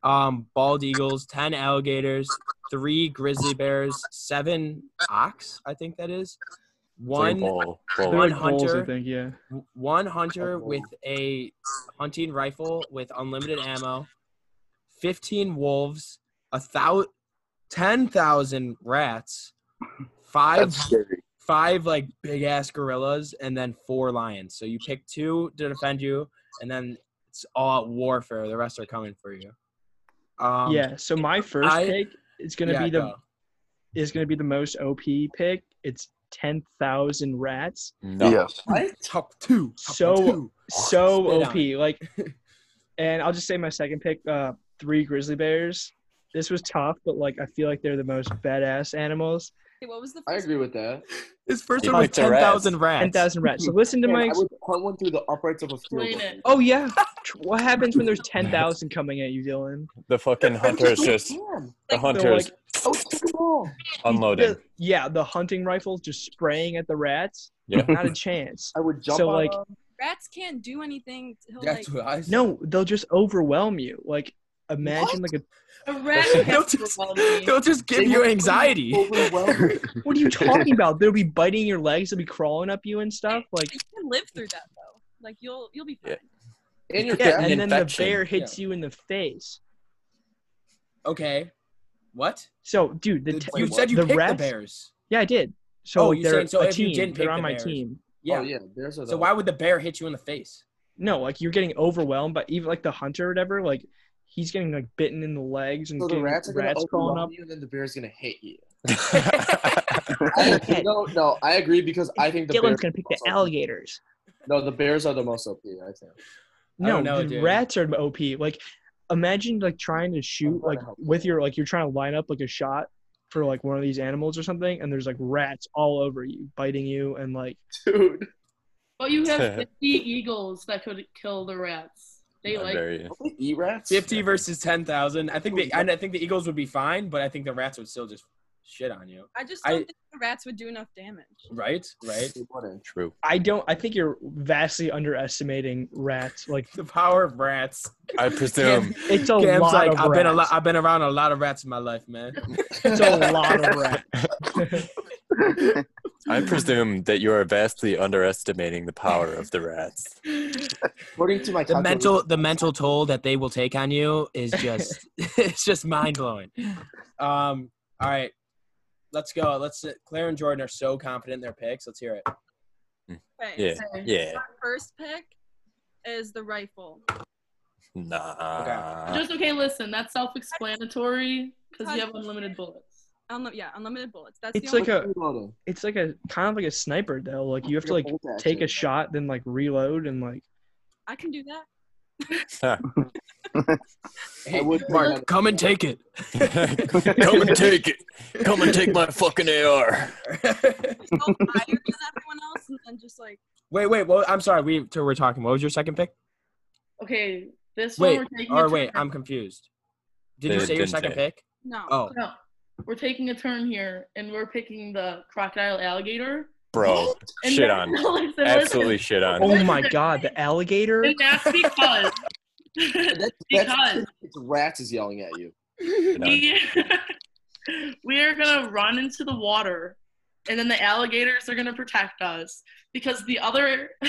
S1: um, bald eagles, 10 alligators, three grizzly bears, seven ox, I think that is,
S8: One.
S1: one,
S5: They're
S1: One
S8: [LAUGHS]
S5: like bulls,
S1: hunter.
S5: I think. Yeah.
S1: one hunter with a hunting rifle with unlimited ammo, 15 wolves, a thou- 10,000 rats, five
S6: That's scary.
S1: five like big ass gorillas and then four lions. So you pick two to defend you, and then it's all out warfare. The rest are coming for you. Um,
S5: yeah. So my first
S1: I-
S5: pick is gonna
S1: yeah,
S5: be the
S1: go.
S5: is gonna be the most OP pick. It's ten thousand rats.
S8: No.
S6: Yes.
S1: top two. Top
S5: So-
S1: two.
S5: So
S1: Spit on [LAUGHS]
S5: OP. Like And I'll just say my second pick, uh, three grizzly bears. This was tough, but like I feel like they're the most badass animals.
S4: Okay, what was the
S7: I
S4: first
S7: agree with that.
S1: His first
S8: He
S1: one was
S8: liked the rats.
S1: 10,000 rats.
S5: Ten thousand rats. So listen to [LAUGHS]
S7: Man,
S5: my.
S7: I would hunt one through the uprights of a
S3: Explain
S7: field.
S3: it.
S5: oh yeah, Tr- what happens when there's ten thousand coming at you, Dylan?
S8: The fucking hunters just
S7: Damn.
S8: the
S5: Like, they're
S8: hunters
S7: Oh, take them all.
S8: unloaded.
S5: The- yeah, the hunting rifles just spraying at the rats.
S8: Yeah.
S5: Not a chance.
S7: I would jump
S5: So,
S7: on
S5: like-
S7: them.
S4: rats can't do anything. He'll, like,
S1: That's what I said.
S5: No, they'll just overwhelm you. Like imagine like a
S3: A rat
S1: They'll
S3: can't
S1: just,
S3: overwhelm me.
S1: [LAUGHS] they'll just give
S7: They
S1: you
S7: would
S1: anxiety.
S7: Overwhelm.
S5: what are you talking about? They'll be biting your legs, they'll be crawling up you and stuff. Like
S4: you can live through that though. Like you'll you'll be fine.
S8: Yeah.
S7: and your
S5: [LAUGHS] yeah,
S7: family.
S5: and then the
S8: infection.
S5: bear hits you in the face.
S1: Okay. What?
S5: So dude, the
S1: Did-
S5: te-
S1: you said you
S5: the
S1: picked
S5: rats,
S1: the Bears.
S5: Yeah, I did. So
S1: Oh,
S5: like,
S1: you're
S5: they're
S1: saying- so
S5: a
S1: if you
S5: team.
S1: didn't
S5: they're
S1: pick
S5: on
S1: the
S5: my
S1: Bears.
S5: team.
S1: Yeah.
S7: Oh, yeah. There's a
S1: So why would the bear hit you in the face?
S5: No, like you're getting overwhelmed by even like the hunter or whatever. Like he's getting like bitten in the legs and
S7: so the
S5: getting
S7: rats
S5: rats,
S7: are gonna
S5: crawling
S7: overwhelm
S5: up.
S7: you, and then the bear's gonna hit you.
S5: Hey,
S7: I,
S5: hey.
S7: no, no, I agree because I think the bears
S5: Dylan's gonna pick the
S7: also-
S5: alligators.
S7: No, the bears are the most OP. I think.
S1: I
S5: No,
S1: don't know,
S5: dude,
S1: dude.
S5: rats are OP. Like, imagine like trying to shoot
S7: trying
S5: like
S7: to help
S5: with
S7: you.
S5: your like you're trying to line up like a shot for like one of these animals or something, and there's like rats all over you, biting you, and like
S7: Dude,
S3: But you
S1: [LAUGHS]
S3: have 50 eagles that could kill the rats. They
S8: I
S3: like
S8: dare you.
S7: don't they eat rats?
S1: Fifty versus ten thousand. I think the and I think the Eagles would be fine, but I think the Rats would still just shit on you.
S4: I just
S1: I-
S4: don't think the rats would do enough damage.
S1: Right? Right?
S7: They wouldn't.
S8: True.
S5: I don't. I think you're vastly underestimating rats.
S1: [LAUGHS]
S5: Like
S1: The power of rats.
S8: I presume.
S5: it's a
S1: Cam's
S5: lot
S1: like,
S5: of
S1: I've
S5: rats.
S1: been a lot. I've been around a lot of rats in my life, man. [LAUGHS]
S5: it's [LAUGHS] a lot of rats.
S8: I presume that you are vastly underestimating the power of the rats.
S7: According to my
S1: The
S7: calculations-
S1: mental, the mental toll that they will take on you is [LAUGHS] just, it's just mind blowing. Um. All right. Let's go. Let's. uh, Claire and Jordan are so confident in their picks. Let's hear it.
S4: Okay.
S8: Yeah. Yeah.
S4: My first pick is the rifle.
S8: Nah.
S3: Just okay, listen, that's self explanatory because you have unlimited bullets.
S4: Unli- yeah, unlimited bullets. That's
S5: It's
S4: the
S5: like
S4: only.
S5: a-
S7: Reloading.
S5: [LAUGHS] it's like a kind of like a sniper though. Like you have to
S7: Your
S5: like
S7: bolt action.
S5: take a shot, then like reload, and like
S4: I can do
S1: [LAUGHS]
S4: that.
S8: [LAUGHS]
S1: Hey,
S7: I would put
S1: Mark,
S7: that-
S1: come and take it.
S8: Come and take it. Come and take my fucking AR.
S1: Oh,
S4: Go higher than everyone else, and then just like
S1: [LAUGHS] wait, wait. Well, I'm sorry. We t- we're talking. What was your second pick?
S3: Okay, this
S1: Wait.
S3: one we're taking. a
S1: Or wait,
S3: turn.
S1: I'm confused. Did you
S8: They
S1: say your
S8: didn't
S1: second
S8: say.
S1: pick?
S4: no.
S1: Oh,
S3: No, we're taking a turn here, and we're picking the crocodile alligator.
S8: Bro,
S3: And
S8: shit
S3: that's-
S8: on.
S3: listen, listen.
S8: Absolutely shit on.
S5: oh my god, the alligator.
S3: And that's because.
S7: That,
S3: Because-
S7: that's it's rats is yelling at you.
S3: [LAUGHS] we, we are gonna run into the water and then the alligators are gonna protect us because the other [LAUGHS]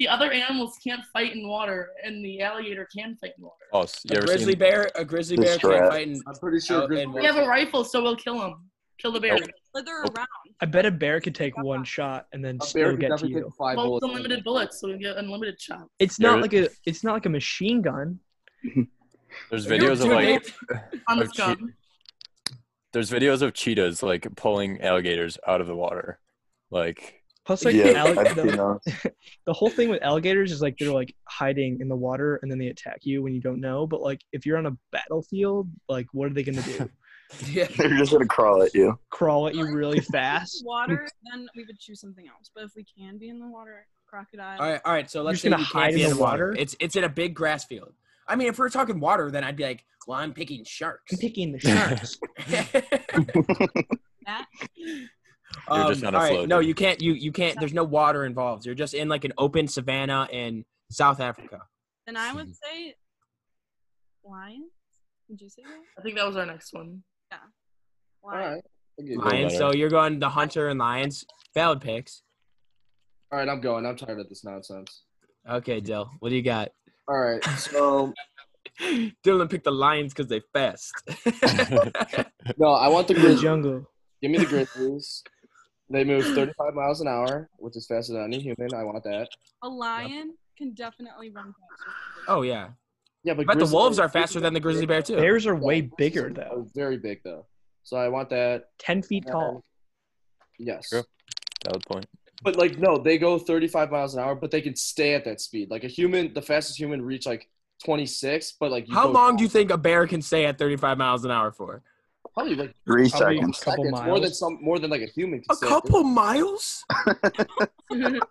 S3: the other animals can't fight in water and the alligator can fight in water
S8: Oh,
S1: a
S8: you ever
S1: grizzly
S8: seen
S1: bear. A grizzly
S6: The
S1: bear can't
S6: strat.
S1: fight. in-
S7: I'm pretty sure.
S1: Oh,
S7: grizzly
S1: and-
S3: we have a rifle so we'll kill them kill the bear
S8: Nope.
S4: slither
S8: Oh.
S4: around.
S5: I bet a bear could take one shot and then
S7: a
S5: still
S7: bear can
S5: get to
S7: definitely
S5: you.
S7: take five
S3: well it's
S7: bullets.
S3: unlimited bullets so we get unlimited shots
S5: It's
S8: There
S5: not
S8: is-
S5: like a it's not like a machine gun.
S8: There's
S1: Dude,
S8: videos of
S1: dude,
S8: like
S3: on
S8: Oh,
S3: this gun
S8: there's videos of cheetahs like pulling alligators out of the water. Like
S5: Plus, like the,
S6: yeah,
S5: allig-
S6: I've seen
S5: the,
S6: those.
S5: the whole thing with alligators is like they're like hiding in the water and then they attack you when you don't know. But like if you're on a battlefield, like what are they gonna do?
S1: [LAUGHS] Yeah.
S6: They're just gonna crawl at you.
S5: Crawl at you really fast?
S4: Water, then we would choose something else. But if we can be in the water, crocodile.
S1: All right, all right. So let's
S5: just
S1: say
S5: gonna
S1: you
S5: hide
S1: can't be in
S5: in the
S1: the water.
S5: water?
S1: It's it's in a big grass field. I mean, if we're talking water, then I'd be like, well, I'm picking sharks.
S5: I'm picking the sharks.
S1: [LAUGHS]
S4: That
S1: Um,
S8: just on a
S1: all right,
S8: float,
S1: no,
S8: dude.
S1: you can't. You you can't. There's no water involved. You're just in like an open savanna in South Africa.
S4: [GASPS] then I would say lion. Would you say that?
S3: i think that was our next one
S7: All
S4: Lion.
S7: right. I'll give you-
S8: Lion.
S1: Lions. So you're going the hunter and lions. Valid picks.
S7: All right, I'm going. I'm tired of this nonsense.
S1: Okay, Dill. What do you got? [LAUGHS]
S7: All
S5: [LAUGHS]
S7: right, so
S1: Dylan picked the lions because they fast. [LAUGHS]
S7: no, I want the
S5: [LAUGHS] In the
S7: grizzlies.
S5: jungle.
S7: Give me the Grizzlies. They move 35 miles an hour, which is faster than any human. I want that.
S4: A lion can definitely run faster.
S1: oh yeah,
S7: Yeah, but,
S1: but the
S7: grizzly-
S1: wolves are faster than the grizzly bear too.
S5: Bears are
S7: Yeah,
S5: way
S7: grizzlies
S5: bigger
S7: are-
S5: though.
S7: are Very big though. So I want that.
S5: Ten feet tall.
S7: Yes.
S8: True. Valid point.
S7: But like no, they go 35 miles an hour, but they can stay at that speed. Like a human, the fastest human reach like 26, but like you
S1: How
S7: go
S1: long
S7: down
S1: do you think a bear can stay at 35 miles an hour for?
S7: Probably like
S6: Three
S5: Probably-
S6: seconds.
S5: Couple
S7: seconds, more than
S5: miles.
S7: some, more than like a human. Can
S1: A
S7: say.
S1: couple miles?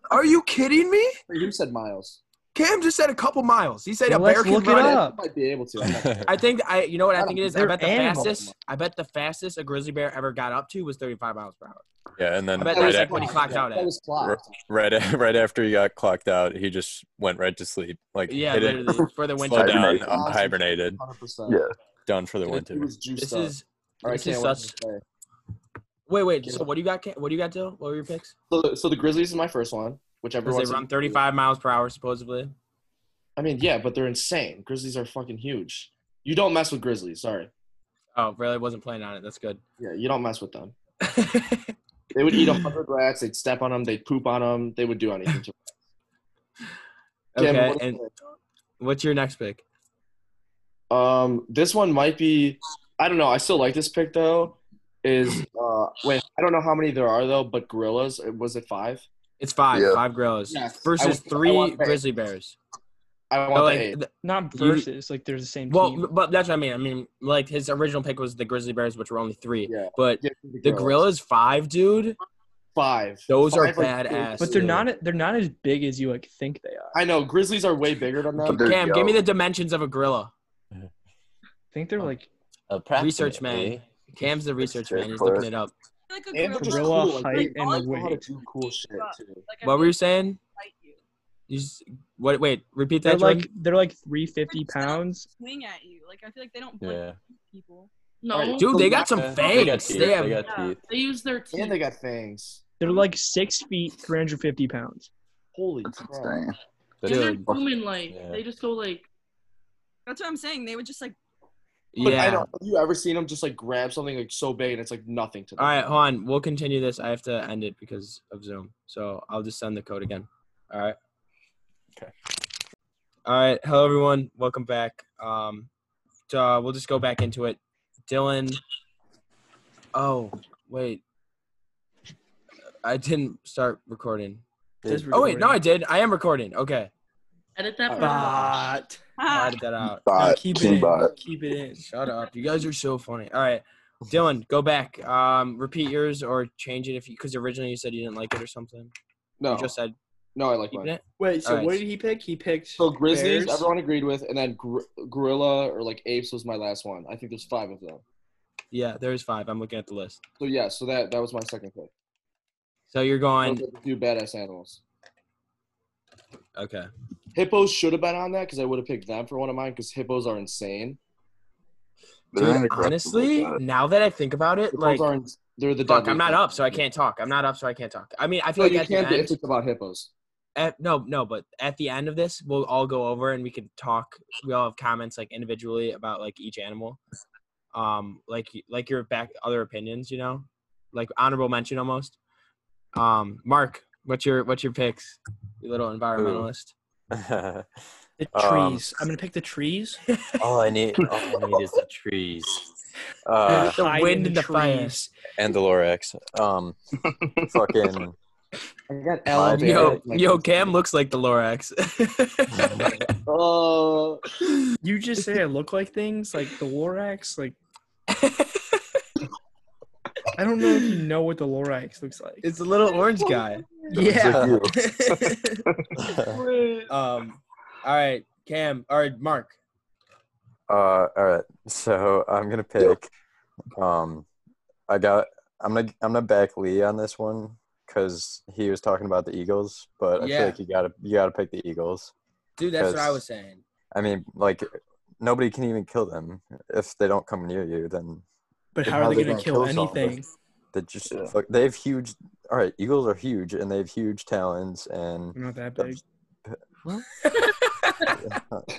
S1: Are you kidding me?
S7: You said miles.
S1: Cam just said a couple miles. He said
S5: Well,
S1: a bear
S5: let's
S1: can
S5: look it
S1: run
S5: up.
S7: I might be able to. I'm not-
S1: I think I. You know what I think it is. I
S5: They're
S1: bet the
S5: animals.
S1: fastest. I bet the fastest a grizzly bear ever got up to was 35 miles per hour.
S8: [LAUGHS] yeah, and then
S1: I [LAUGHS] bet
S8: right,
S1: that's
S8: after,
S1: when he clocked out
S7: That
S1: at.
S7: was clocked.
S8: right, a- [LAUGHS] right after he got clocked out, he just went right to sleep. Like
S1: Yeah,
S8: he didn't
S1: literally for
S8: [LAUGHS]
S1: the
S8: slow
S1: winter.
S6: Hibernate.
S8: down,
S6: Hibernated.
S8: uh, hibernated,
S7: 100%.
S6: Yeah.
S8: done for the
S1: Dude,
S8: winter.
S7: He was juiced
S1: This
S7: up.
S1: is.
S7: All right,
S1: this is
S7: Cam, what
S1: such-
S7: do you say?
S1: Wait, wait. So what do you got? Cam? What do you got, Dill? What were your picks?
S7: So, the- so the Grizzlies is my first one, which
S1: Because
S7: everyone
S1: they run 35 miles per hour supposedly.
S7: I mean, yeah, but they're insane. Grizzlies are fucking huge. You don't mess with Grizzlies. Sorry.
S1: Oh, really? Wasn't planning on it. That's
S5: [LAUGHS]
S1: good.
S7: Yeah, you don't mess with them. They would eat a hundred rats. They'd step on them. They'd poop on them. They would do anything. To
S1: [LAUGHS]
S7: Cam,
S1: okay.
S7: what do you
S1: And what's your next pick?
S7: say? um, this one might be. I don't know. I still like this pick though.
S1: [CLEARS THROAT]
S7: Is uh, wait, I don't know how many there are though, but gorillas. uh, Was it five?
S1: It's five.
S6: Yeah.
S1: Five gorillas
S7: Yes. I
S1: versus
S7: want- I
S1: three
S7: want bears.
S1: grizzly bears.
S7: I want
S1: So,
S7: the
S1: like,
S7: eight.
S1: th-
S5: Not
S1: You-
S5: versus. Like they're the same
S1: well,
S5: team.
S1: but that's what I mean. I mean, like his original pick was the grizzly bears, which were only three.
S7: Yeah.
S1: But
S7: Give me
S1: the gorillas five, dude.
S7: Five.
S1: Those are
S7: Five big.
S1: badass.
S5: But they're
S1: dude.
S5: not. They're not as big as you like think they are. I
S7: I know grizzlies are way bigger than them.
S6: They're
S1: Cam, give me
S6: dope.
S1: the dimensions of a gorilla.
S5: think they're like
S1: Research
S8: eh?
S1: man. Cam's the research man. He's looking it up.
S4: Like a
S7: And they're just
S5: Gorilla
S7: cool. Like,
S5: height
S7: they
S5: and
S7: always know how to
S5: weight.
S7: do cool shit too.
S4: Like, I
S1: What were
S4: feel
S1: you saying?
S4: like they bite you,
S1: You s what? Wait, repeat
S5: they're
S1: that.
S5: like
S1: Like,
S5: they're like 350 pounds.
S4: swing at you. Like I feel like they don't blink
S8: Yeah,
S4: people.
S3: no,
S1: dude, they got some
S8: Yeah, They got
S1: fangs.
S8: teeth.
S1: They have-
S8: They got
S3: Yeah,
S8: teeth.
S3: they use their teeth.
S7: And they got fangs.
S5: They're like six feet, 350 pounds.
S7: Holy
S6: That's
S7: crap.
S6: insane.
S3: and they're
S8: Dude,
S3: human like.
S8: Yeah.
S3: They just go like
S4: That's what I'm saying. They would just like
S7: But I
S1: yeah.
S7: don't, have you ever seen them just like grab something like so big and it's like nothing to them?
S1: All right, hold on. We'll continue this. I have to end it because of Zoom. So I'll just send the code again. All right.
S8: Okay.
S1: All right. Hello, everyone. Welcome back. Um, so, uh, we'll just go back into it. Dylan. Oh, wait. I didn't start recording.
S5: This
S1: Oh, wait. No, I
S5: recording.
S1: did. I am recording. Okay.
S3: edit that part. out.
S5: Bot.
S1: I'll
S4: ah,
S1: edit that out.
S5: No,
S6: Bot,
S5: keep it
S6: king
S5: in.
S6: bot.
S5: Keep it in.
S1: Shut up. You guys are so funny. All right. Dylan, go back. Um, repeat yours or change it if you, because originally you said you didn't like it or something.
S7: No,
S1: You just said
S7: no, I like
S1: keeping
S7: mine.
S1: it.
S5: Wait.
S1: so Alright. what
S5: did he pick? He picked.
S7: So grizzlies, everyone agreed with, and then gor- gorilla or like apes was my last one. I think there's five of them.
S1: Yeah, there's five. I'm looking at the list.
S7: So yeah, so that that was my second pick.
S1: So you're going.
S7: Those are the few badass animals.
S1: Okay.
S7: Hippos should have been on that because I would have picked them for one of mine because hippos are insane.
S6: They're
S1: Dude,
S6: inaggressive
S1: honestly,
S6: like that.
S1: now that I think about it,
S7: Hippos
S1: like,
S7: are ins- they're the
S1: fuck,
S7: deadliest
S1: I'm not up, so I
S7: animal.
S1: can't talk. I'm not up, so I can't talk. I mean, I
S7: No,
S1: feel like
S7: you
S1: at the
S7: can't
S1: end,
S7: if it's about hippos.
S1: at, no, no, but at the end of this, we'll all go over and we can talk. We all have comments like individually about like each animal, um, like like your back other opinions, you know, like honorable mention almost. Um, Mark, what's your what's your picks? You little environmentalist.
S5: The
S8: Um,
S5: trees. I'm gonna pick the trees.
S8: [LAUGHS] all I need, all I need is the trees.
S5: Uh,
S1: the
S5: hide in
S1: wind and the
S5: the
S1: fire.
S5: trees.
S8: [LAUGHS] and the Lorax.
S7: [LAUGHS]
S8: Um,
S1: [LAUGHS]
S8: fucking.
S7: I got
S8: My
S7: elevated.
S1: Yo,
S7: like-
S1: yo, Cam
S7: [LAUGHS]
S1: looks like the Lorax.
S7: Uh,
S5: You just say I look like things like the Lorax.
S1: [LAUGHS]
S5: Like I don't know if you know what the Lorax looks like.
S1: it's the little orange guy.
S5: yeah.
S1: [LAUGHS] Um, all right, Cam. All right, Mark.
S8: uh, all right, so [LAUGHS] I'm gonna pick. Um, I got. I'm gonna. I'm gonna back Lee on this one because he was talking about the Eagles, but I
S1: Yeah.
S8: feel like you gotta you gotta pick the Eagles.
S1: Dude, that's what I
S8: Yes.
S1: was saying.
S8: I mean, like nobody can even kill them if they don't come near you. Then
S5: But how are they gonna kill
S6: Kill something.
S5: anything?
S8: they just
S6: Yeah.
S8: fuck- they have huge. All right, Eagles are huge and they have huge talons and [LAUGHS]
S5: I'm not that big.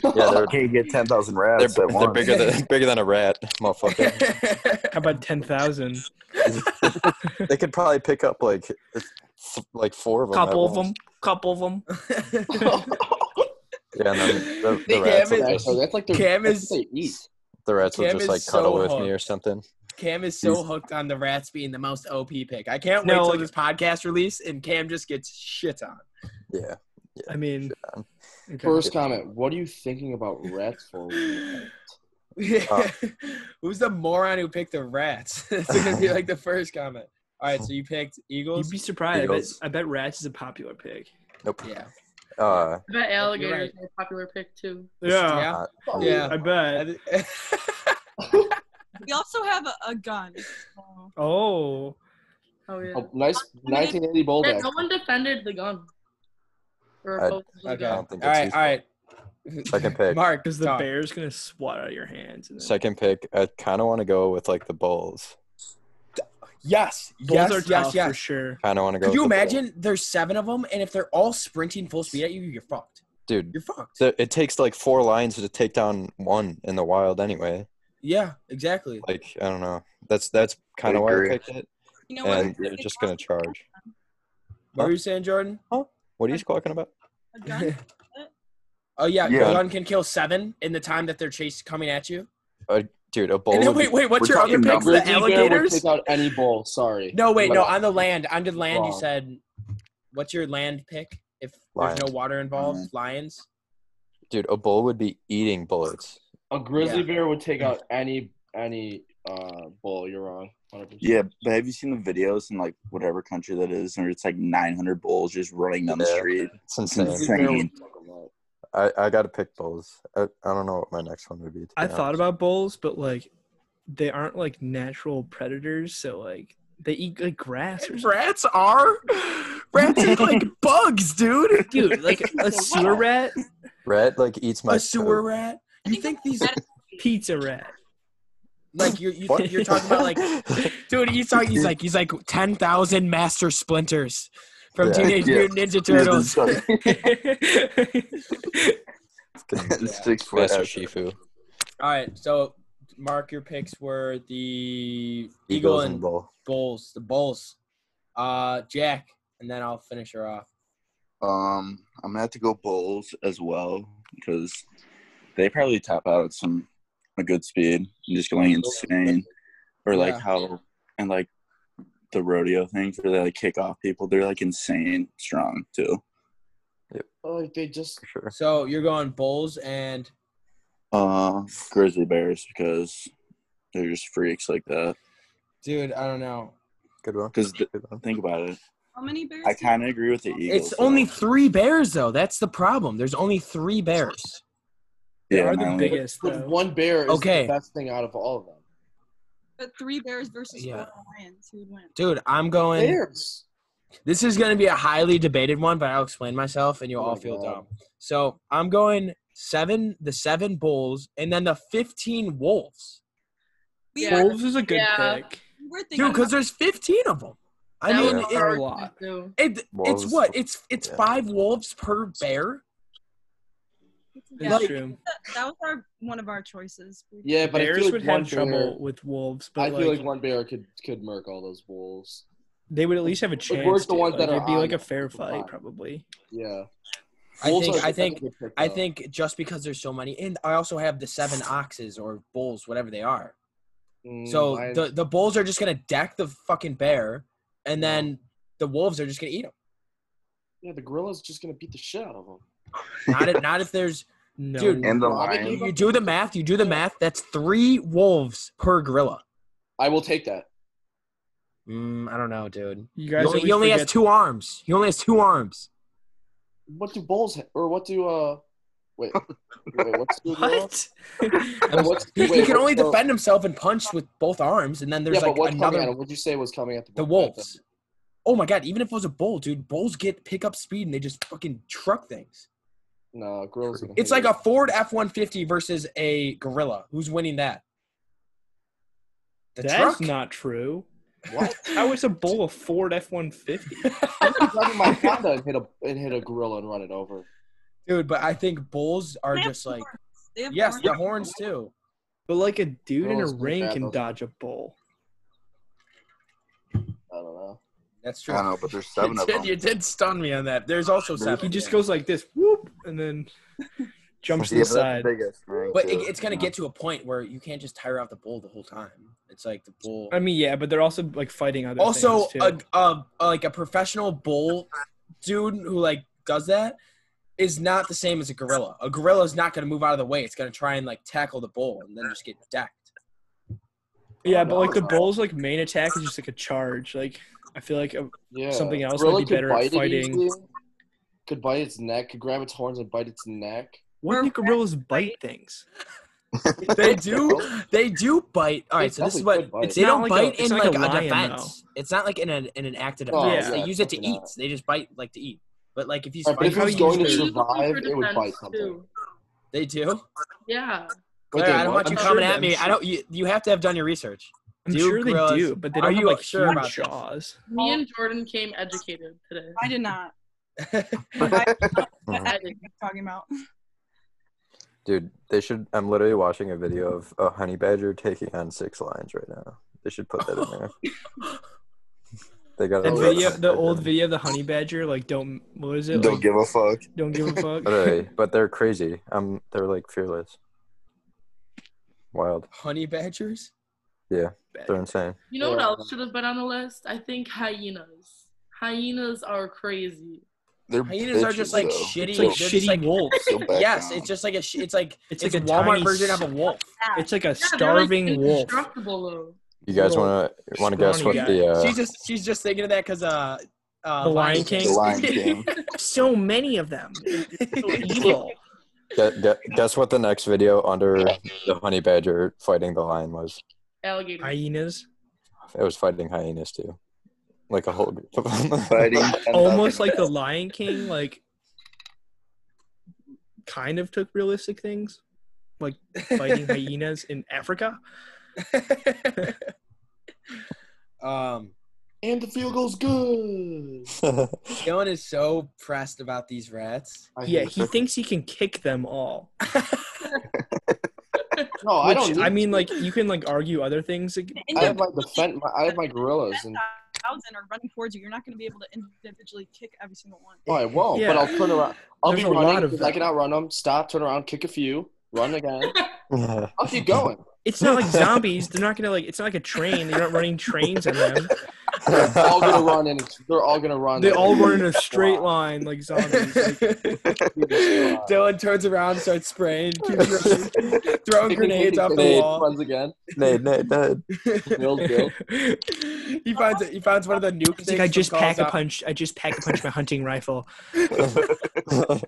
S8: yeah, they're
S6: Can't get 10,000
S8: They're,
S6: rats at
S8: they're
S6: once.
S8: bigger [LAUGHS] than bigger than a rat, motherfucker.
S5: How about ten thousand?
S8: [LAUGHS] they could probably pick up like th- like four of them. at
S5: Couple of
S8: once.
S5: them. Couple of them.
S8: Yeah, and then
S1: [LAUGHS]
S8: the,
S1: They
S8: the rats,
S1: have
S8: will
S1: it-
S7: yeah, so [LAUGHS]
S8: just,
S7: that's like their,
S1: Cam
S7: that's
S1: is-
S7: what they eat.
S8: the rats will
S1: Cam
S8: just
S1: is
S8: like
S1: so
S8: cuddle with me
S1: hooked.
S8: or something.
S1: [LAUGHS] Cam is so hooked on the rats being the most OP pick. I can't wait
S5: No,
S1: till
S5: like-
S1: this podcast release and Cam just gets shit on.
S8: Yeah,
S5: I mean, okay.
S7: First comment. What are you thinking about rats
S1: [LAUGHS]
S7: for?
S1: Who's the moron who picked the rats? [LAUGHS] That's gonna be like the first comment. All right, so you picked
S5: you'd
S1: Eagles.
S5: be surprised. I bet,
S8: Eagles.
S5: I bet Rats is a popular pick.
S8: Nope.
S1: yeah,
S8: Uh,
S3: I bet alligators
S1: right.
S3: are a popular pick too.
S5: Yeah,
S1: yeah,
S6: not-
S1: Oh, yeah.
S5: I bet.
S1: I- [LAUGHS]
S4: We also have a, a gun. so-
S5: Oh,
S3: Oh yeah.
S7: A nice 1980
S3: Yeah, no
S7: Bulldog.
S3: one defended the gun. Or
S8: I-
S3: opposed to the
S1: okay.
S3: gun.
S1: All
S8: don't think
S1: right,
S8: it's
S1: all right. [LAUGHS]
S8: Second pick.
S1: Mark,
S5: because the
S1: talk.
S5: bear's gonna swat out of your hands. And then-
S8: second pick. I kind of want to go with like the Bulls.
S1: Yes,
S5: Bulls
S1: yes,
S5: are
S1: yes,
S5: tough for
S1: yes.
S5: sure.
S8: Kind of want to go.
S1: Could
S8: with
S1: you
S8: the Bulls.
S1: imagine? There's seven of them, and if they're all sprinting full speed at you, you're fucked.
S8: dude?
S1: You're fucked.
S8: So it takes like four lines to take down one in the wild anyway.
S1: yeah, exactly.
S8: Like I don't know. That's that's kind of why I
S6: agree.
S8: picked it.
S4: You know
S8: And
S4: what?
S8: they're just gonna charge.
S1: What were you saying, Jordan?
S8: What are you talking about?
S1: [LAUGHS]
S4: A gun.
S1: oh yeah,
S6: Yeah.
S1: gun can kill seven in the time that they're chased coming at you.
S8: Dude, a bull.
S1: And then
S8: would be-
S1: wait, wait, what's
S6: we're
S1: your other
S6: talking
S1: picks?
S6: numbers
S1: The
S7: Grizzly bear would
S1: alligators?
S7: take out any bull. Sorry.
S1: No, wait, no.
S7: But-
S1: On the land, on the land, you
S7: Wrong.
S1: said. What's your land pick? If
S8: Lions.
S1: there's no water involved,
S6: Lions.
S1: lions.
S8: dude, a bull would be eating bullets.
S7: A grizzly bear would take out any any uh bull. You're wrong. 100%.
S6: Yeah, but have you seen the videos in like whatever country that is, and it's like 900 bulls just running down the
S8: Yeah.
S6: street?
S8: It's
S6: It's
S8: insane.
S7: Grizzly bear would
S6: insane.
S7: take 'em out.
S8: I, I gotta pick bulls. I, I don't know what my next one would be. to
S5: I
S8: be
S5: thought
S8: honest.
S5: about bulls, but like, they aren't like natural predators. So like, they eat like grass or something.
S1: Rats are. Rats are [LAUGHS] like bugs, [LAUGHS] dude.
S5: Dude, like [LAUGHS] a sewer rat,
S8: rat like eats my
S1: A sewer
S7: uh,
S8: coat.
S1: rat. You think these
S5: pizza rat.
S1: like you're you think you're talking [LAUGHS]
S8: [LAUGHS]
S1: about like dude? He's talking. He's like he's like ten thousand master splinters from
S8: Yeah.
S1: Teenage
S6: Yeah.
S1: Mutant Ninja
S6: Yeah,
S7: [LAUGHS]
S1: Turtles.
S6: that's-
S5: [LAUGHS]
S8: Fucking
S6: [LAUGHS] Six foot
S8: Master
S6: ass.
S8: Shifu.
S1: All right, so Mark, your picks were the Eagle
S8: Eagles and
S1: and
S8: bull.
S1: Bulls, the Bulls. Uh, Jack, and then I'll finish her [LAUGHS] off.
S6: Um, I'm gonna have to go bulls as well because they probably top out at some a good speed and just going insane, or like
S1: Yeah.
S6: how and like the rodeo things where they like kick off people. They're like insane strong too.
S7: Oh, Like they just
S8: For sure.
S1: So you're going Bulls and
S6: Uh, grizzly bears because they're just freaks like that.
S1: dude, I don't know.
S8: Good one.
S6: Because th-
S8: Good one.
S6: think about it,
S4: How many bears?
S6: I
S4: do you-
S6: kind of agree with the eagles.
S1: it's only
S6: though.
S1: three bears though. That's the problem. There's only three bears.
S5: They
S6: yeah,
S5: are
S6: my
S5: the
S6: only-
S5: biggest
S7: but
S5: though.
S7: one bear is
S1: Okay.
S7: the best thing out of all of them.
S4: But three bears versus
S1: Yeah.
S4: four lions. Who would win?
S1: Dude, I'm going.
S7: Bears.
S1: This is going to be a highly debated one, but I'll explain myself and you'll
S7: Oh
S1: all
S7: my
S1: feel
S7: God.
S1: dumb. So I'm going seven, the seven bulls, and then the 15 wolves.
S4: We
S3: Yeah.
S4: were,
S5: Wolves is a good
S3: Yeah.
S5: pick.
S4: we were thinking.
S1: Dude, because there's 15 of them. I
S3: That
S1: mean,
S3: was
S1: it-
S3: hard
S5: a
S3: to
S5: lot.
S3: do.
S1: it,
S8: Wolves-
S1: it's what? It's it's
S8: yeah.
S1: five wolves per bear?
S4: about-
S5: That's
S4: yeah,
S1: like-
S5: true.
S4: that, that was our one of our choices. We-
S7: Yeah, but I
S5: Bears
S7: feel like
S5: would
S7: one
S5: have trouble
S7: bear-
S5: with wolves,
S7: I
S5: but
S7: feel
S5: like,
S7: like one bear could could murk all those wolves.
S5: they would at least have a
S7: Like,
S5: chance.
S7: where's the
S5: dude.
S7: ones
S5: Like,
S7: that are
S5: it'd be like
S7: on
S5: a fair
S7: the
S5: fight,
S7: line?
S5: probably.
S7: Yeah.
S1: I
S7: Wolves
S1: think-
S7: are-
S1: I think-
S7: that's a good pick,
S1: I
S7: though.
S1: think just because there's so many, and I also have the seven
S3: [SIGHS]
S1: oxes or bulls, whatever they are.
S7: Mm,
S1: So
S7: lions-
S1: the the bulls are just gonna deck the fucking bear, and then the wolves are just gonna eat them.
S7: yeah, the gorilla's just gonna beat the shit out of them.
S1: Not if, not if there's
S5: No,
S1: Dude,
S6: and the
S7: Robin,
S6: lion.
S1: you do the math. You do the math. That's three wolves per gorilla.
S7: I will take that.
S1: Mm, I don't know, dude.
S5: you
S1: He
S5: guys.
S1: only,
S5: always
S1: he only has
S5: forget-
S1: two arms. He only has two arms.
S7: What do bulls ha- or what do uh? Wait, wait what's the gorilla?
S5: [LAUGHS] What?
S7: Or what's-
S1: He, he
S7: wait,
S1: can
S7: what-
S1: only
S7: or-
S1: defend himself and punch with both arms, and then
S7: Yeah,
S1: there's
S7: but
S1: like
S7: what's coming at
S1: another
S7: him? What'd you say was coming at the
S1: the
S7: at
S1: wolves. Oh my god! Even if it was a bull, dude, bulls get pick up speed and they just fucking truck things.
S7: No, gorilla's. gonna
S1: It's
S7: hit
S1: like a Ford F one fifty versus a gorilla. Who's winning that? The
S5: That's
S1: truck. [LAUGHS]
S5: not true.
S7: [LAUGHS] it. What?
S5: How is a bull a Ford F
S1: [LAUGHS]
S5: one fifty?
S7: I'm driving my Honda and hit a and hit a gorilla and run it over.
S1: dude, but I think bulls are
S4: They have
S1: just like
S4: horns. They have
S1: yes, the horns
S4: horns.
S1: too.
S5: But like a dude in a
S7: Girls do
S5: ring
S7: that,
S5: can
S7: though.
S5: dodge a bull.
S7: I don't know.
S1: That's
S6: I
S1: true.
S6: don't know, but there's seven
S1: you,
S6: of
S1: did,
S6: them.
S1: you did stun me on that. There's also seven.
S5: He just goes like this, whoop,
S1: [LAUGHS]
S5: and then
S8: [LAUGHS]
S5: jumps to the
S6: Yeah, but that's
S5: side.
S6: the biggest thing,
S1: But it,
S6: too,
S1: it's gonna
S6: you know?
S1: get to a point where you can't just tire out the bull the whole time. It's like the bull.
S5: I mean, yeah, but they're also like fighting other.
S1: Also, um,
S5: things, too.
S1: a, a, like a professional bull dude who like does that. is not the same as a gorilla. A gorilla is not going to move out of the way. It's going to try and like tackle the bull and then just get decked.
S5: Yeah, but
S1: [LAUGHS]
S5: like the bull's like main attack is just like a charge. Like I feel like uh, a,
S7: Yeah.
S5: Something else
S7: Gorilla
S5: might
S7: could
S5: be better at
S7: bite it
S5: fighting.
S7: easily, Could bite its neck. Could grab its horns and bite its neck.
S5: what do gorillas bite things?
S7: [LAUGHS]
S1: They do. They do bite. All
S7: They
S1: right, so this is
S7: definitely
S1: what
S7: could bite.
S1: they
S5: Not
S1: don't
S5: like a-
S1: bite
S5: it's
S1: in
S5: not
S1: like,
S5: like
S1: a,
S5: a lion,
S1: defense. It's not like in an in an act of
S7: Oh,
S1: defense.
S7: yeah,
S1: they use it to
S7: definitely
S1: eat.
S7: not.
S1: They just bite like to eat. But like if he's
S7: Alright, but if
S1: fighting,
S7: it was going to
S3: They use
S1: they,
S3: them for
S7: survive, it would
S3: defense,
S7: bite something.
S3: too.
S1: they do.
S3: Yeah.
S7: Wait,
S1: [LAUGHS] Claire,
S7: they
S1: I don't
S7: what?
S1: want you
S5: I'm
S1: coming
S5: sure
S1: at
S5: they-
S1: me.
S5: I'm
S1: I don't. You, you have to have done your
S7: [LAUGHS]
S1: research.
S5: I'm
S1: Do
S5: sure they
S1: gorillas-
S5: do, but they
S1: are
S5: don't have
S1: you
S5: like
S1: sure
S5: huge
S1: about that?
S5: jaws.
S3: Me and Jordan came educated today.
S4: I did not.
S8: Mhm.
S4: I did talking about.
S8: Dude, they should. I'm literally watching a video of a honey badger taking on six lions right now. They should put that in there.
S1: [LAUGHS]
S8: they got
S5: That
S7: Oh,
S5: video, the old video of the honey badger, like don't what is it?
S6: Don't
S5: Like,
S6: give a fuck.
S5: don't give a fuck.
S8: Literally, but they're crazy. Um, they're like fearless, wild.
S1: Honey badgers.
S8: They're insane.
S3: You know what
S7: Yeah.
S3: else should have been on the list? I think hyenas. Hyenas are crazy.
S6: They're
S1: Hyenas are just
S6: bitches,
S1: like
S6: though.
S1: shitty.
S5: It's
S1: they're
S5: like
S1: just,
S5: shitty
S1: like-
S5: wolves.
S6: So back
S1: Yes,
S6: down.
S1: it's just like a. sh- It's like
S5: It's
S1: it's,
S5: like
S1: a
S5: a
S1: Walmart
S5: tiny
S1: version of a wolf.
S4: [LAUGHS]
S5: It's like a
S3: Yeah, they're like
S5: starving wolf.
S3: indestructible though.
S8: You guys
S5: Little
S8: want to want to guess what
S5: scrawny
S8: the uh,
S1: she's just she's just thinking of that because uh, uh,
S5: The Lion
S6: the
S1: [LAUGHS]
S5: King?
S6: Lion King.
S5: So many of them. So [LAUGHS] evil.
S8: gu- gu- guess what the next video under the honey badger fighting the lion was?
S3: Alligator.
S5: Hyenas.
S8: It was fighting hyenas too, like a whole group of them. [LAUGHS]
S6: [LAUGHS] Fighting
S5: Almost
S6: another-
S5: like the Lion King, like kind of took realistic things, like
S1: [LAUGHS]
S5: fighting hyenas in Africa.
S1: um,
S7: And the field goal's good.
S1: Dylan is so pressed about these rats.
S7: I
S5: Yeah,
S7: hate
S5: he
S7: it.
S5: thinks he can kick them all.
S7: No, I don't.
S5: Which,
S7: Need
S5: I mean, like you can like argue other things. like-
S4: The
S7: I have my
S4: individual
S7: defend. My, I have my gorillas, and
S4: thousand are running towards you. You're not going to be able to individually kick every single one.
S7: oh, I won't. But I'll turn around. I'll be
S5: There's a
S7: running.
S5: lot of
S7: I can
S5: them.
S7: outrun them. Stop. Turn around. Kick a few. Run again. I'll keep going.
S8: [LAUGHS]
S5: It's not like zombies. They're not gonna like. It's not like a train. They're not running trains on them.
S7: They're all
S8: [LAUGHS]
S7: gonna run, and they're all gonna run.
S5: They all run in a straight line like
S1: Oh, [LAUGHS]
S5: zombies. Like,
S1: Dylan turns around, starts spraying,
S8: [LAUGHS]
S5: [LAUGHS]
S1: keeps running, throwing grenades off the
S8: Nate.
S1: wall.
S7: Runs again.
S8: Nate, Nate, Nate.
S5: [LAUGHS]
S7: Build, build.
S1: "Oh, uh." [LAUGHS] he finds it. He finds one of the nuke things
S5: it's like I
S1: from
S5: just
S1: Call
S5: pack a
S1: Zom-
S5: punch. I just pack a [LAUGHS] punch my hunting rifle.
S7: Get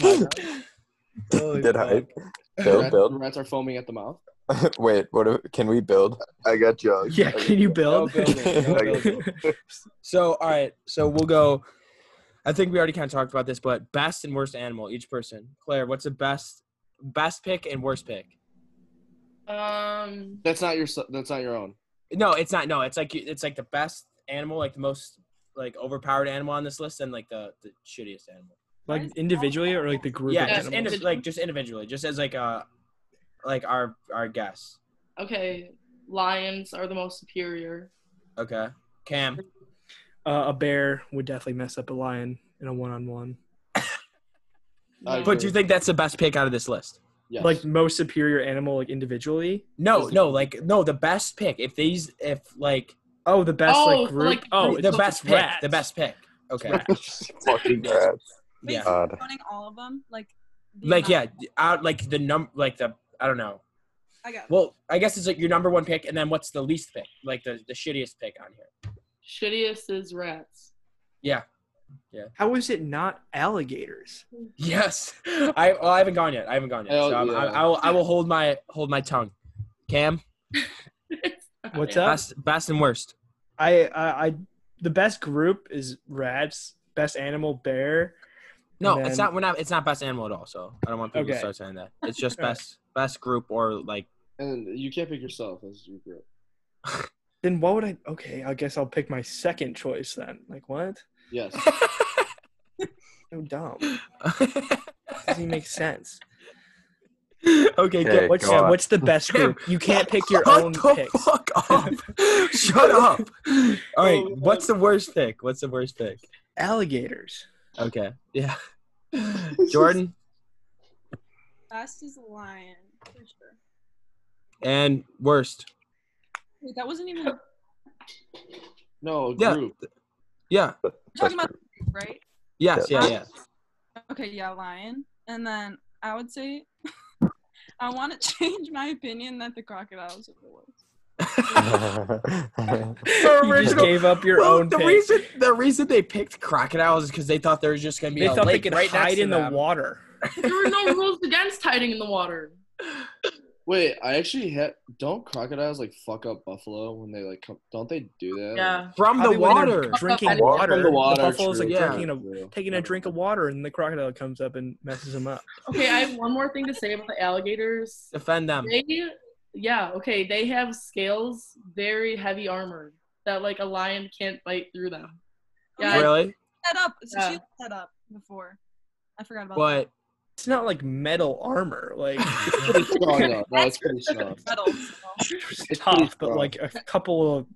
S7: high ground.
S1: Holy
S8: Get
S1: fuck.
S8: hype.
S7: The
S8: Build,
S7: rats, the
S8: build. [LAUGHS]
S7: rats are foaming at the mouth.
S8: Wait, what? If, can we build?
S6: I got
S8: Oh,
S6: jugged.
S5: Yeah, can you
S1: No
S5: build?
S1: building, no building. [LAUGHS] So, all right. So we'll go. I think we already kind of talked about this, but best and worst animal, each person. Claire, what's the best, best pick and worst pick?
S3: Um
S7: That's not your. s- That's not your own.
S1: No, it's not. No, it's like it's like the best animal, like the most like overpowered animal on this list, and like the, the shittiest animal.
S5: Like individually or like the group
S1: yeah,
S5: of
S1: just
S5: animals.
S1: indi- like just individually, just as like uh like our our guess.
S3: okay. Lions are the most superior.
S1: Okay, Cam.
S5: uh, a bear would definitely mess up a lion in a one-on-one.
S7: I
S3: No.
S1: But do you think that's the best pick out of this list?
S7: Yes.
S5: Like most superior animal, like individually.
S1: No,
S7: Is it-
S1: no, like no, the best pick. If these, if like
S5: Oh, the best
S3: Oh,
S5: like
S3: so,
S5: group.
S3: like,
S5: oh,
S3: group-
S5: it's
S1: the
S5: just
S1: best pick,
S5: rats.
S1: the best pick. Okay,
S6: [LAUGHS] Fucking
S4: Wait,
S6: rats.
S7: Uh,
S1: yeah,
S4: so
S8: God.
S4: counting all of them, like. the
S1: like yeah,
S4: amount-
S1: out like the num, like the I don't know.
S4: I got.
S1: Well, I guess it's like your number one pick, and then what's the least pick? Like the the shittiest pick on here. [LAUGHS]
S3: shittiest is rats.
S5: How is it not alligators?
S1: Yes, I well, I haven't gone yet. I haven't gone yet.
S7: Hell
S1: so I'm, I,
S7: yeah.
S1: I, will, I will hold my hold my tongue. Cam,
S5: What's up?
S1: best best and worst.
S5: I, I, I, the best group is rats. Best animal, bear.
S1: No,
S5: And
S1: it's
S5: then-
S1: not. We're not. It's not best animal at all. So I don't want people
S5: Okay.
S1: to start saying that. It's
S5: [LAUGHS]
S1: just
S5: Alright.
S1: best best group or
S5: [LAUGHS]
S1: like
S7: and you can't pick yourself as your group.
S5: Then what would I? Okay, I guess I'll pick my second choice then. Like what? [LAUGHS]
S7: Yes.
S5: So dumb. Doesn't make sense.
S1: [LAUGHS] okay.
S8: Okay,
S1: Cam,
S5: What's
S8: go on.
S5: what's the best group? [LAUGHS] You can't pick
S1: [LAUGHS]
S5: your
S1: Shut
S5: own
S1: the [LAUGHS]
S5: picks.
S1: fuck up. Shut up. All right.
S7: Oh, man.
S1: What's the worst pick? What's the worst pick?
S5: Alligators.
S1: Okay. [LAUGHS] Yeah. Jordan
S4: Best is lion for sure.
S1: and worst.
S4: Wait, that wasn't even. We're
S7: No.
S1: Yeah.
S7: Group.
S1: Yeah.
S4: talking about the group, [LAUGHS] right?
S1: [LAUGHS] Yes. Yeah. Yeah.
S4: Okay, yeah, lion. And then I would say [LAUGHS] I want to change my opinion that the crocodiles are the worst.
S8: [LAUGHS]
S5: You just gave up your
S1: Well,
S5: own
S1: the
S5: pick.
S1: reason the reason they picked crocodiles is because they thought there was just gonna be
S5: they
S1: a
S5: thought they
S1: lake
S5: could
S1: right next
S5: hide
S1: to
S5: in the
S1: them.
S5: water.
S3: There were no rules against hiding in the water.
S7: Wait, I actually ha- don't crocodiles like fuck up buffalo when they like come? Don't they do that?
S3: Yeah.
S1: from the
S5: Probably when they're
S1: water.
S5: [LAUGHS] Drinking
S3: From
S5: water.
S7: From the water.
S5: buffalo's like
S7: true,
S1: yeah.
S5: drinking a,
S7: true.
S5: taking a drink of water, and the crocodile comes up and messes him up.
S3: Okay, I have one more thing to say about the alligators.
S1: Defend them.
S3: They, yeah, okay, they have scales, very heavy armor that like a lion can't bite through them. Yeah, I-
S1: Really?
S4: Oh, Set up. So she
S3: Yeah.
S4: looked that up before. I [LAUGHS] forgot about
S1: But
S5: It's not like metal armor, like
S7: Pretty strong though. No, it's pretty strong.
S4: that. Metal,
S3: [LAUGHS]
S4: so.
S5: it's tough, but like a couple of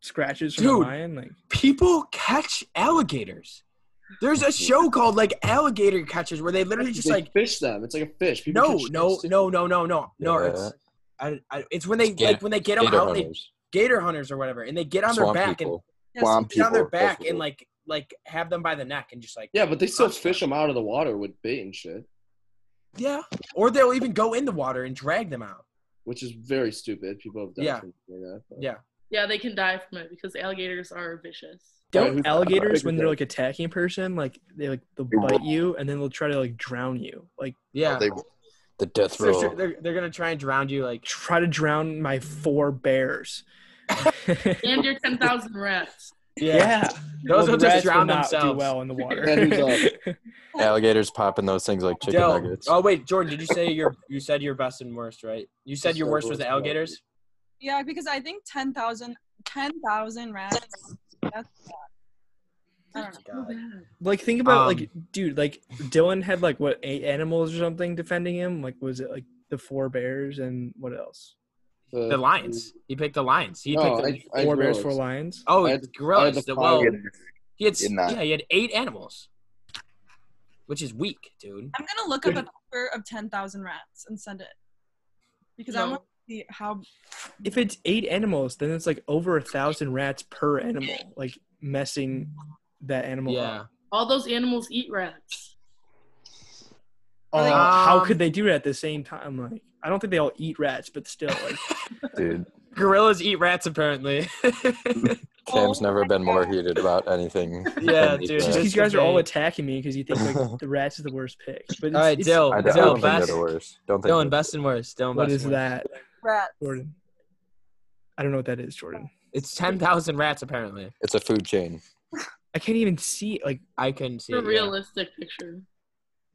S5: scratches from
S1: Dude.
S5: a lion, like
S1: people catch alligators. There's a show called like Alligator Catchers where they literally just
S7: They
S1: like
S7: fish them. It's like a fish. People
S1: no,
S7: catch
S1: no,
S7: fish, too.
S1: no, no, no, no, no. It's I, I, it's when they
S6: Gator-
S1: like when [LAUGHS] they get them
S6: Gator
S1: out, they
S6: hunters,
S1: gator hunters or whatever, and they get on their
S6: swamp
S1: back
S6: people,
S4: Yeah, so
S1: and
S6: swamp
S1: get on their
S6: people, that's
S1: back
S6: what
S1: and
S6: it-
S1: like like have them by the neck and just like
S7: Yeah, but they still fish them out of the water with bait and shit,
S1: yeah, or they'll even go in the water and drag them out.
S7: which is very stupid. People have done
S1: Yeah.
S7: from doing that. but-
S1: Yeah.
S3: yeah, they can die from it because alligators are vicious.
S7: who's-
S5: don't alligators
S7: who's
S5: when they're
S7: that?
S5: like attacking a person, like they like they'll
S6: They
S5: bite
S6: roll.
S5: you and then they'll try to like drown you, like
S1: Yeah,
S6: They, the death
S1: So
S6: roll.
S1: they're, they're, they're gonna try and drown you like
S5: try to drown my four [LAUGHS] bears.
S3: And your 10,000
S1: [LAUGHS]
S3: rats.
S5: yeah,
S1: Those will
S5: Well,
S1: just
S5: rats
S1: drown
S5: not do
S1: themselves.
S5: well in the
S7: That
S5: water.
S7: is
S5: [LAUGHS]
S6: Alligators popping those things like chicken
S1: Yo,
S6: nuggets.
S1: Oh wait, Jordan, did you say your you said your best and worst, right? You said
S7: Just
S1: your
S7: said
S1: worst was
S7: worst
S1: the
S7: and
S1: alligators.
S4: yeah, because I think 10,000 10,000 rats. That's a lot. I don't know.
S3: Oh,
S1: God.
S5: like think about
S1: Um,
S5: like dude, like Dylan had like what eight animals or something defending him. Like was it like the four bears and what else?
S7: the,
S1: The lions. He picked the lions. He
S7: No,
S1: picked the,
S7: I, I
S5: four bears,
S7: realized.
S5: four lions.
S1: oh
S7: I had- I
S1: gorillas.
S7: had the
S1: The- well,
S7: lion.
S1: he had s-
S6: Did not.
S1: yeah, he had eight animals, which is weak, dude.
S4: I'm gonna look up a picture of ten thousand rats and send it because I
S3: No.
S4: want to see how.
S5: If it's eight animals, then it's like over a thousand rats per animal, like messing that animal
S1: Yeah.
S5: up.
S3: All those animals eat rats.
S5: Oh,
S1: Um,
S5: how could they do it at the same time? Like, I don't think they all eat rats, but still,
S1: [LAUGHS]
S5: like,
S6: Dude,
S1: Gorillas eat rats,
S5: [LAUGHS]
S1: apparently.
S6: Cam's
S4: Oh
S6: never
S4: my
S6: been more
S4: God.
S6: heated about
S1: [LAUGHS]
S6: anything. than
S1: Yeah,
S6: these
S1: dude,
S6: guys.
S1: That's
S5: these
S1: the
S5: guys are all
S1: thing.
S5: attacking me because you
S1: [LAUGHS]
S5: think like the rats is the worst pick. But it's,
S1: All right,
S5: it's-
S1: Dill,
S6: I, d- I
S1: Dill,
S6: don't think
S1: best,
S6: they're the worst. Don't think.
S1: Dylan,
S6: they're-
S1: best and worst. Dylan,
S5: what
S1: best
S5: is
S1: and worst.
S5: that,
S4: Rats.
S5: Jordan? I don't know what that is, Jordan.
S1: It's ten thousand rats, apparently.
S6: It's a food chain.
S5: I can't even see. Like,
S1: I couldn't see.
S3: The
S1: it, yeah.
S3: realistic picture.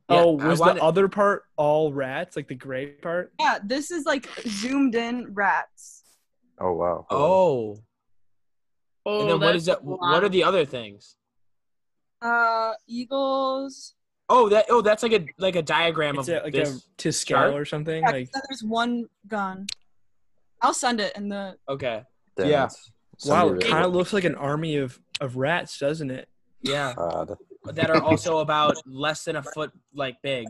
S1: Yeah,
S5: oh,
S1: I
S5: was
S1: wanted-
S5: the other part all rats? Like the gray part?
S4: Yeah, this is like zoomed in rats.
S6: Oh wow.
S1: Oh,
S3: Oh,
S1: and then what
S3: that's
S1: is that?
S3: a lot
S1: What are
S3: of-
S1: the other things?
S4: Uh, eagles.
S1: Oh, that oh, that's like a like a diagram
S5: It's
S1: of
S5: a, like
S1: this.
S5: a to scale
S1: chart?
S5: or something.
S4: Yeah,
S5: Like,
S4: there's one gun. I'll send it in the.
S1: okay,
S6: Damn,
S1: Yeah.
S6: that's-
S5: wow,
S6: somebody
S5: it
S6: really
S5: kind of
S6: likes
S5: looks like an army of of rats, doesn't it?
S1: yeah,
S6: God.
S1: that are also about less than a foot like big.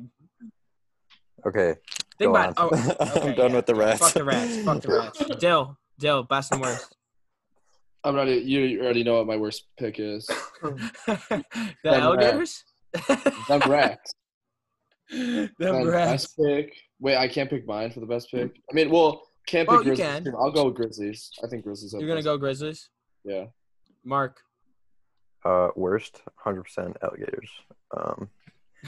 S6: Okay.
S1: Think
S6: go
S1: about.
S6: on.
S1: Oh, okay,
S6: I'm [LAUGHS] done
S1: yeah.
S6: with the rats.
S1: Fuck the rats. Fuck the rats.
S6: [LAUGHS]
S1: Dill, Dill, best and worst.
S7: I'm not. You you already know what my worst pick is.
S1: [LAUGHS] the
S7: rats.
S1: alligators.
S7: Them
S1: [LAUGHS]
S7: rats.
S1: the
S7: My
S1: rats.
S7: best pick. Wait, I can't pick mine for the best pick. I mean, well, can't pick
S1: Well, you
S7: Grizzlies.
S1: can.
S7: too. I'll go with Grizzlies. I think Grizzlies.
S1: [LAUGHS]
S7: Are
S1: You're gonna
S7: the
S1: go Grizzlies,
S7: best. Yeah.
S1: Mark. [LAUGHS]
S6: Uh, worst, hundred percent alligators. Um,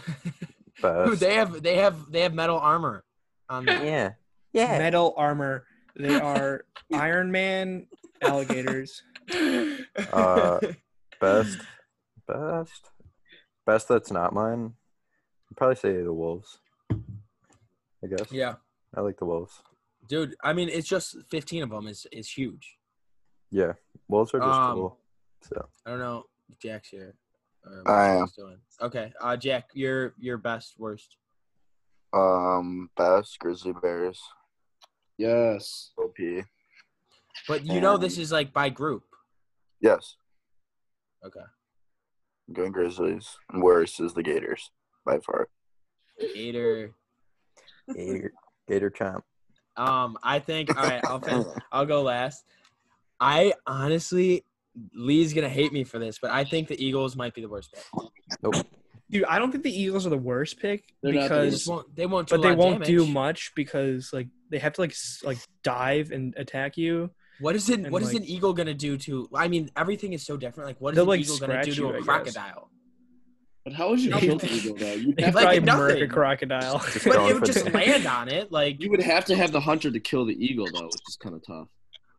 S1: Dude,
S6: best.
S1: they have they have they have metal armor on them.
S6: yeah.
S5: Metal armor. They are Iron Man alligators.
S1: [LAUGHS]
S6: Uh, Best, best, best. That's not mine. I'd probably say the wolves. I guess.
S1: yeah,
S6: I like the wolves.
S1: dude. I mean, it's just 15 of them is is huge.
S6: Yeah, wolves are just
S1: Um,
S6: cool. So
S1: I don't know if Jack's here. or what
S6: I
S1: he's Doing. Okay, uh, Jack, your your best worst.
S6: um, best grizzly bears.
S7: Yes.
S6: OP.
S1: But you know
S6: Um,
S1: this is like by group.
S6: Yes,
S1: Okay,
S6: I'm going grizzlies. Worst is the gators by far.
S1: Gator.
S6: Gator, gator champ.
S1: Um, I think. All right, I'll
S8: [LAUGHS]
S1: fin- I'll go last. I honestly, Lee's gonna hate me for this, but I think the Eagles might be the worst. pick.
S6: Nope.
S5: Dude, I don't think the Eagles are the worst pick
S7: They're not
S1: They
S7: the
S5: because,
S1: just won't. They won't. Do
S5: but they
S1: a lot of
S5: won't do
S1: damage.
S5: much because like they have to like s- like dive and attack you.
S1: What is it?
S5: and,
S1: What is
S5: like-
S1: an eagle gonna do to? I mean, everything is so different. Like, what is
S5: They'll,
S1: an
S5: like,
S1: eagle gonna do
S5: scratch
S1: to
S5: you, I
S1: a
S5: guess.
S1: crocodile?
S7: But how would you
S1: No.
S7: kill the eagle though?
S1: [LAUGHS]
S7: You
S5: They
S1: Like
S5: could
S7: have,
S5: probably
S1: nothing.
S5: murk a crocodile. [LAUGHS]
S1: But
S8: Going
S1: it would
S8: for
S1: just
S8: the-
S1: land on it. Like,
S7: you would have to have the hunter to kill the eagle though, which is kind of tough.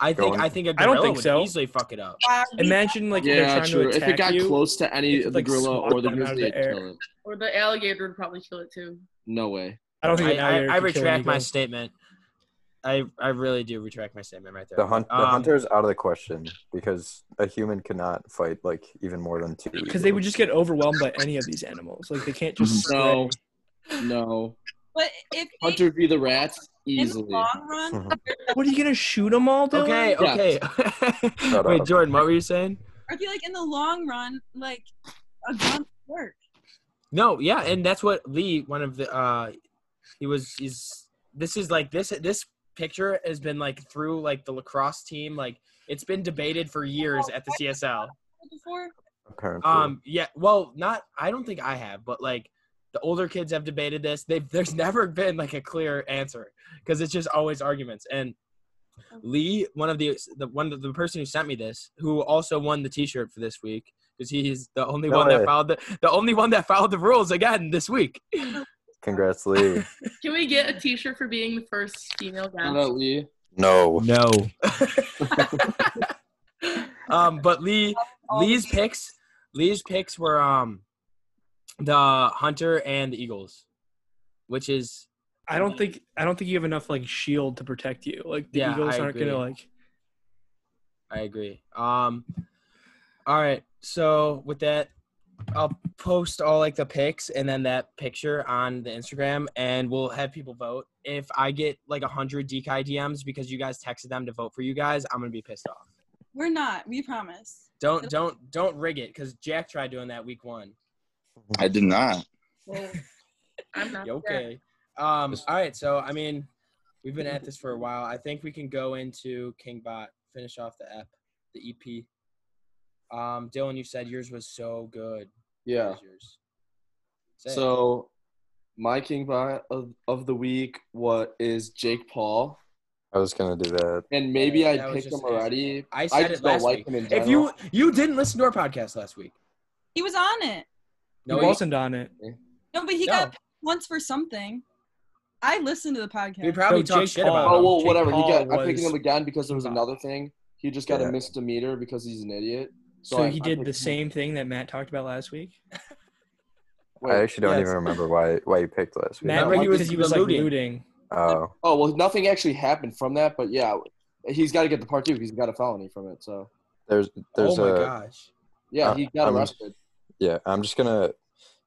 S1: I think
S8: Going-
S1: I think a
S5: I don't
S1: gorilla
S5: think
S1: would
S5: so.
S1: easily fuck it up.
S4: Wow, we-
S5: Imagine like they're
S7: yeah,
S5: trying
S7: true.
S5: to
S7: If
S5: attack
S7: it got
S5: you.
S7: close to any
S5: they could,
S7: the
S5: like,
S7: gorilla
S5: swat
S7: or the
S5: them out of
S7: grizzly,
S5: the
S7: it'd
S5: air.
S7: kill it.
S3: Or the alligator would probably kill it too.
S7: No way.
S5: I don't think
S1: I,
S5: an
S1: I,
S5: alligator
S1: I
S5: could kill an
S1: retract my
S5: eagle.
S1: statement. I I really do retract my statement right there.
S8: The, hunt, the
S1: Um,
S8: hunter is out of the question because a human cannot fight like even more than two.
S5: because they would just get overwhelmed by any of these animals. Like they can't just
S7: No.
S5: no.
S7: No.
S4: but if they,
S7: Hunter v the rats
S4: in the
S7: easily.
S4: long run,
S5: What are you gonna shoot them all? Dylan?
S1: Okay,
S7: Yeah.
S1: okay. [LAUGHS]
S8: Shut
S1: Wait,
S8: up.
S1: Jordan, what were you saying?
S4: I feel like in the long run, like a gun would work.
S1: No, yeah, and that's what Lee, one of the, uh, he was, he's, this is like, this, this picture has been like through like the lacrosse team, like it's been debated for years at the CSL.
S4: Before
S8: apparently.
S1: Um, yeah, well, not, I don't think I have, but like the older kids have debated this. They've, there's [LAUGHS] never been like a clear answer because it's just always arguments. And Lee, one of the, the one of the person who sent me this, who also won the T-shirt for this week, because he's the only
S8: No
S1: one
S8: way.
S1: that followed the, the only one that followed the rules again this week.
S8: Congrats, Lee.
S3: Can we get a T-shirt for being the first female
S7: Shout
S3: guest?
S7: out, Lee.
S8: No.
S1: No. [LAUGHS] um, but Lee, Lee's picks, Lee's picks were um, the Hunter and the Eagles, which is
S5: I don't think I don't think you have enough like shield to protect you. Like the
S1: Yeah,
S5: Eagles
S1: I
S5: aren't
S1: agree.
S5: gonna like.
S1: I agree. Um, all right. So with that, I'll post all like the pics and then that picture on the Instagram, and we'll have people vote. If I get like hundred DK DMs because you guys texted them to vote for you guys, I'm gonna be pissed off.
S4: we're not. We promise.
S1: Don't don't don't rig it because Jack tried doing that week one.
S6: I did not.
S3: Well, I'm not
S1: You okay. Um, all right. So I mean, we've been at this for a while. I think we can go into King Bot, finish off the app, the EP. Um, Dylan, you said yours was so good. What
S7: Yeah.
S1: was yours? Say it.
S7: So my king bot of, of the week what is Jake Paul.
S8: I was gonna do that.
S7: And maybe
S1: Yeah, that
S7: I
S1: was
S7: picked
S1: just
S7: him already.
S1: I said it
S7: just don't
S1: last
S7: like
S1: week.
S7: him in
S1: If you you didn't listen to our podcast last week,
S4: He was on it.
S1: no,
S5: he
S1: you-
S5: wasn't on it.
S4: No, but he
S1: No.
S4: got picked once for something. I listened to the podcast.
S1: we probably
S5: No,
S1: talked
S5: Jake
S1: shit
S5: Paul.
S1: about.
S7: Oh
S1: him.
S7: well,
S5: Jake
S7: whatever.
S5: Paul
S7: he got. I'm picking
S5: was-
S7: him again because there was
S5: Wow.
S7: another thing. He just got
S8: Yeah.
S7: a misdemeanor because he's an idiot.
S5: So,
S7: I-
S5: he
S7: I
S5: did
S7: picked
S5: the
S7: him.
S5: same thing that Matt talked about last week.
S8: I
S7: Wait.
S8: actually don't
S1: Yes.
S8: even remember why why you picked last week.
S5: Matt
S1: No, he was-
S5: because he
S1: he
S5: was
S1: was
S5: like
S1: looting.
S5: looting.
S8: Oh,
S7: Oh well, nothing actually happened from that, but yeah, he's got to get the part two. because He's got a felony from it, so
S8: there's
S1: Oh
S8: there's
S1: my
S8: a
S1: gosh.
S7: yeah,
S8: Uh,
S7: he got
S8: I'm-
S7: arrested.
S8: yeah. I'm just gonna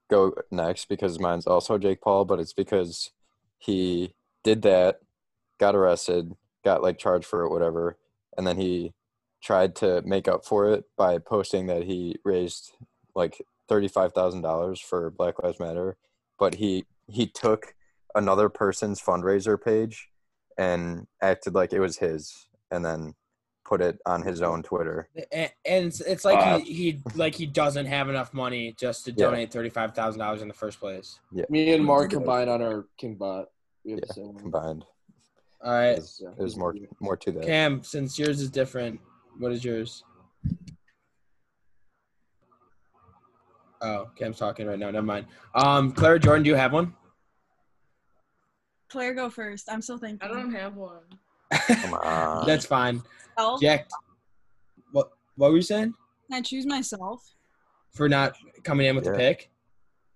S8: go next because mine's also Jake Paul, but it's because he did that, got arrested, got like charged for it, whatever, and then he tried to make up for it by posting that he raised like thirty five thousand dollars for Black Lives Matter, but he he took another person's fundraiser page and acted like it was his, and then put it on his own Twitter.
S1: And, and it's, it's like
S7: Ah.
S6: Wow.
S1: he, he like he doesn't have enough money just to
S8: Yeah.
S1: donate thirty five thousand dollars in the first place.
S7: Me and Mark
S8: Yeah.
S7: combined on our king bot. We have
S8: Yeah,
S7: the same one.
S8: Combined,
S1: All right,
S8: there's, there's more more to that.
S1: Cam, since yours is different, what is yours? Oh, Cam's talking right now. Never mind. Um, Clara Jordan, do you have one?
S4: Claire, go first. I'm still thinking.
S3: I don't have one.
S8: Come
S6: Uh, Um,
S8: on.
S1: That's fine.
S4: Self.
S1: Jack, what what were you saying?
S4: Can I choose myself?
S1: For not coming in with the
S8: Yeah.
S1: pick?